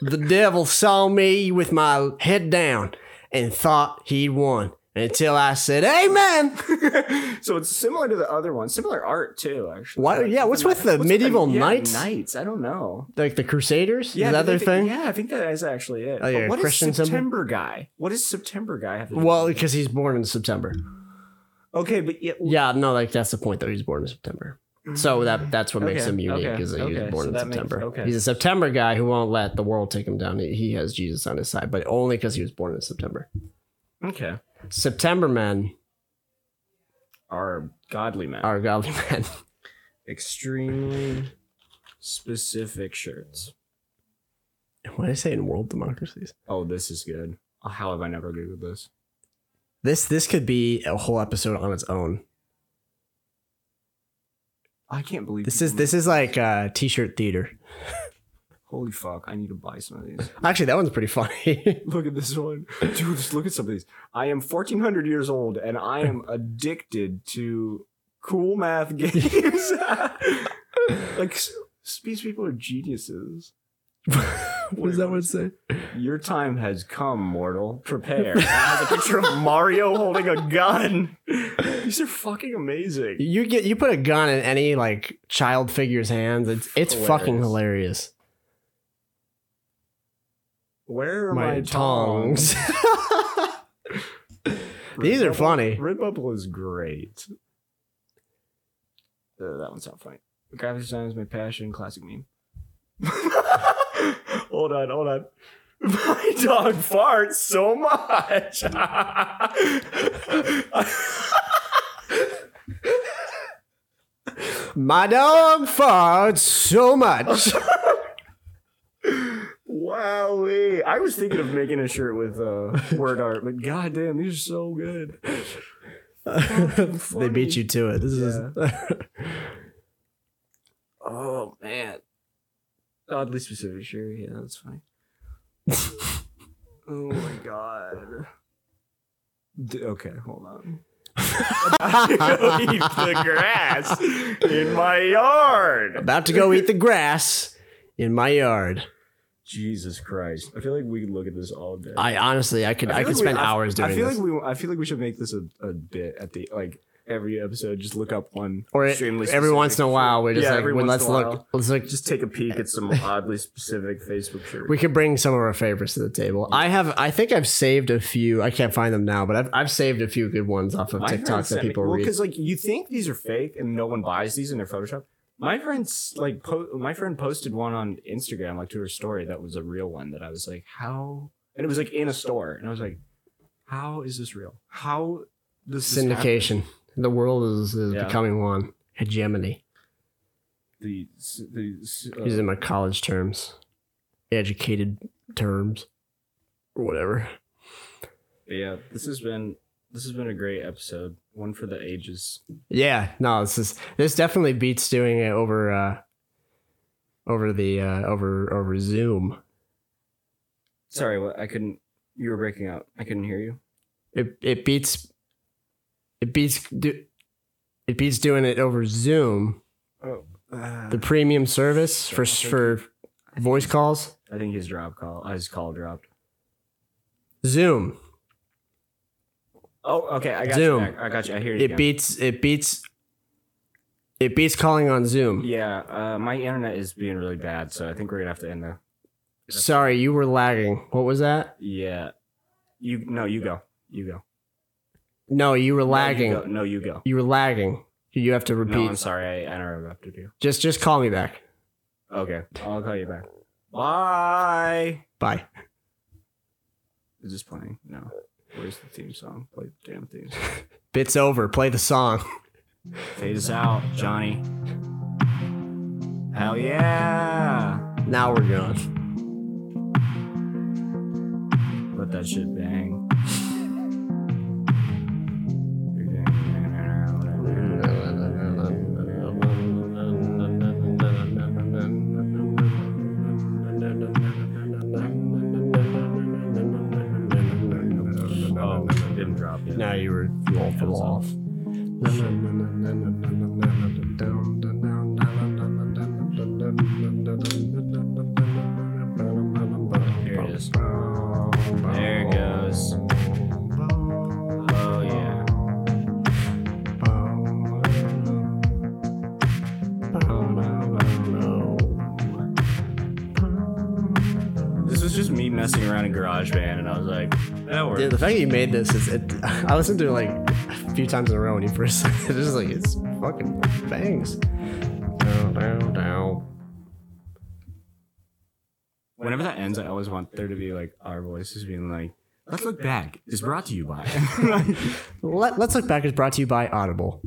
the devil saw me with my head down and thought he'd won until I said, Amen. *laughs* So it's similar to the other one. Similar art too, actually. Why- yeah, what's with the medieval yeah, knights? Knights. I don't know. Like the Crusaders? Yeah, is that I their think- thing? Yeah, I think that is actually it. Oh, yeah, But what is Christian symbol? September guy? What does September guy have? To do? Well, because he's born in September. okay, but yeah, Yeah, no, like that's the point though. He's born in September. So that that's what makes Okay, him unique okay, is that he okay, was born so in that makes- September. okay. He's a September guy who won't let the world take him down. He, he has Jesus on his side, but only because he was born in September. okay, September men are godly men. are godly *laughs* men. Extremely specific shirts. What did I say in world democracies? Oh, this is good. How have I never googled this? This this could be a whole episode on its own. I can't believe This people is this make- is like uh, t-shirt theater. Holy fuck! I need to buy some of these. Actually, that one's pretty funny. *laughs* Look at this one. Dude, just look at some of these. I am 1400 years old and *laughs* I am addicted to cool math *laughs* games. like, s- these people are geniuses. *laughs* what does that one say? Your time has come, mortal. *laughs* Prepare. It has a picture of Mario holding a gun. These are fucking amazing. You get you put a gun in any like child figure's hands. It's it's fucking hilarious. Where are my, My tongs? tongs. *laughs* These are funny. Redbubble is great. Uh, that one's not funny. Graphic design is my passion. Classic meme. *laughs* hold on, hold on. *laughs* My dog farts so much. *laughs* My dog farts so *laughs* much. Wowee! I was thinking of making a shirt with uh, word art, but goddamn, these are so *laughs* good. they beat you to it. This is *laughs* Oh man. Oh, Oddly specific, sure. Yeah, that's *laughs* fine. oh my god. D- okay, hold on. I will eat the grass in my yard. about to go eat the grass in my yard. Jesus Christ! I feel like we could look at this all day. I honestly, I could, I, feel could like we- spend hours doing I feel this. like we. I feel like we should make this a, a bit at the like every episode. Just look up one or it- every extremely specific once in a while, we're just Yeah, like, every well, once let's in a look, while. let's look. Just take a peek *laughs* at some oddly specific Facebook shirts. We could bring some of our favorites to the table. I have, I think I've saved a few. I can't find them now, but I've, I've saved a few good ones off of My friend TikTok that sent me- people well, read. because like you think these are fake and no one buys these and they're Photoshop. My friend's like po- my friend posted one on Instagram like to her story that was a real one that I was like how and it was like in a store and I was like how is this real how does this happen? Syndication. The world is, is Yeah. becoming one. Hegemony. the s- the s- uh, Using my college terms, educated terms, or whatever. yeah this has been this has been a great episode one for the ages Yeah, no, this is this definitely beats doing it over uh over the uh over over Zoom. sorry what I couldn't you were breaking up I couldn't hear you It it beats it beats do, it beats doing it over Zoom, oh uh, the premium service for for voice calls. I think his drop call uh, his call dropped Zoom. oh okay I got Zoom. you back. I got you I hear you It again. beats it beats it beats calling on Zoom. Yeah, uh, my internet is being really bad, so I think we're gonna have to end the. Sorry, you were lagging. What was that? Yeah, you no, you go, you go. No, you were No, you lagging. go. No, you go. You were lagging. You have to repeat. No, I'm sorry, I interrupted you. Just just call me back. Okay, I'll call you back. Bye. Bye. Is this playing? No. Where's the theme song? Play the damn theme. song. Bit's over. Play the song. *laughs* Fade us out, Johnny. Hell yeah. Now we're gone. Let that shit bang. Oh, didn't drop yet. Now you were you all fell off. Here it is. There it goes. Oh yeah. Oh, This was just me messing around in GarageBand, and I was like, that works. Yeah, the fact that you made this is it, *laughs* I listened to it like a few times in a row when you first *laughs* said it. It's just like it's fucking bangs. Down, down, down. Whenever that ends, I always want there to be like our voices being like, "Let's look back." Is brought to you by. Let, let's look back is brought to you by Audible.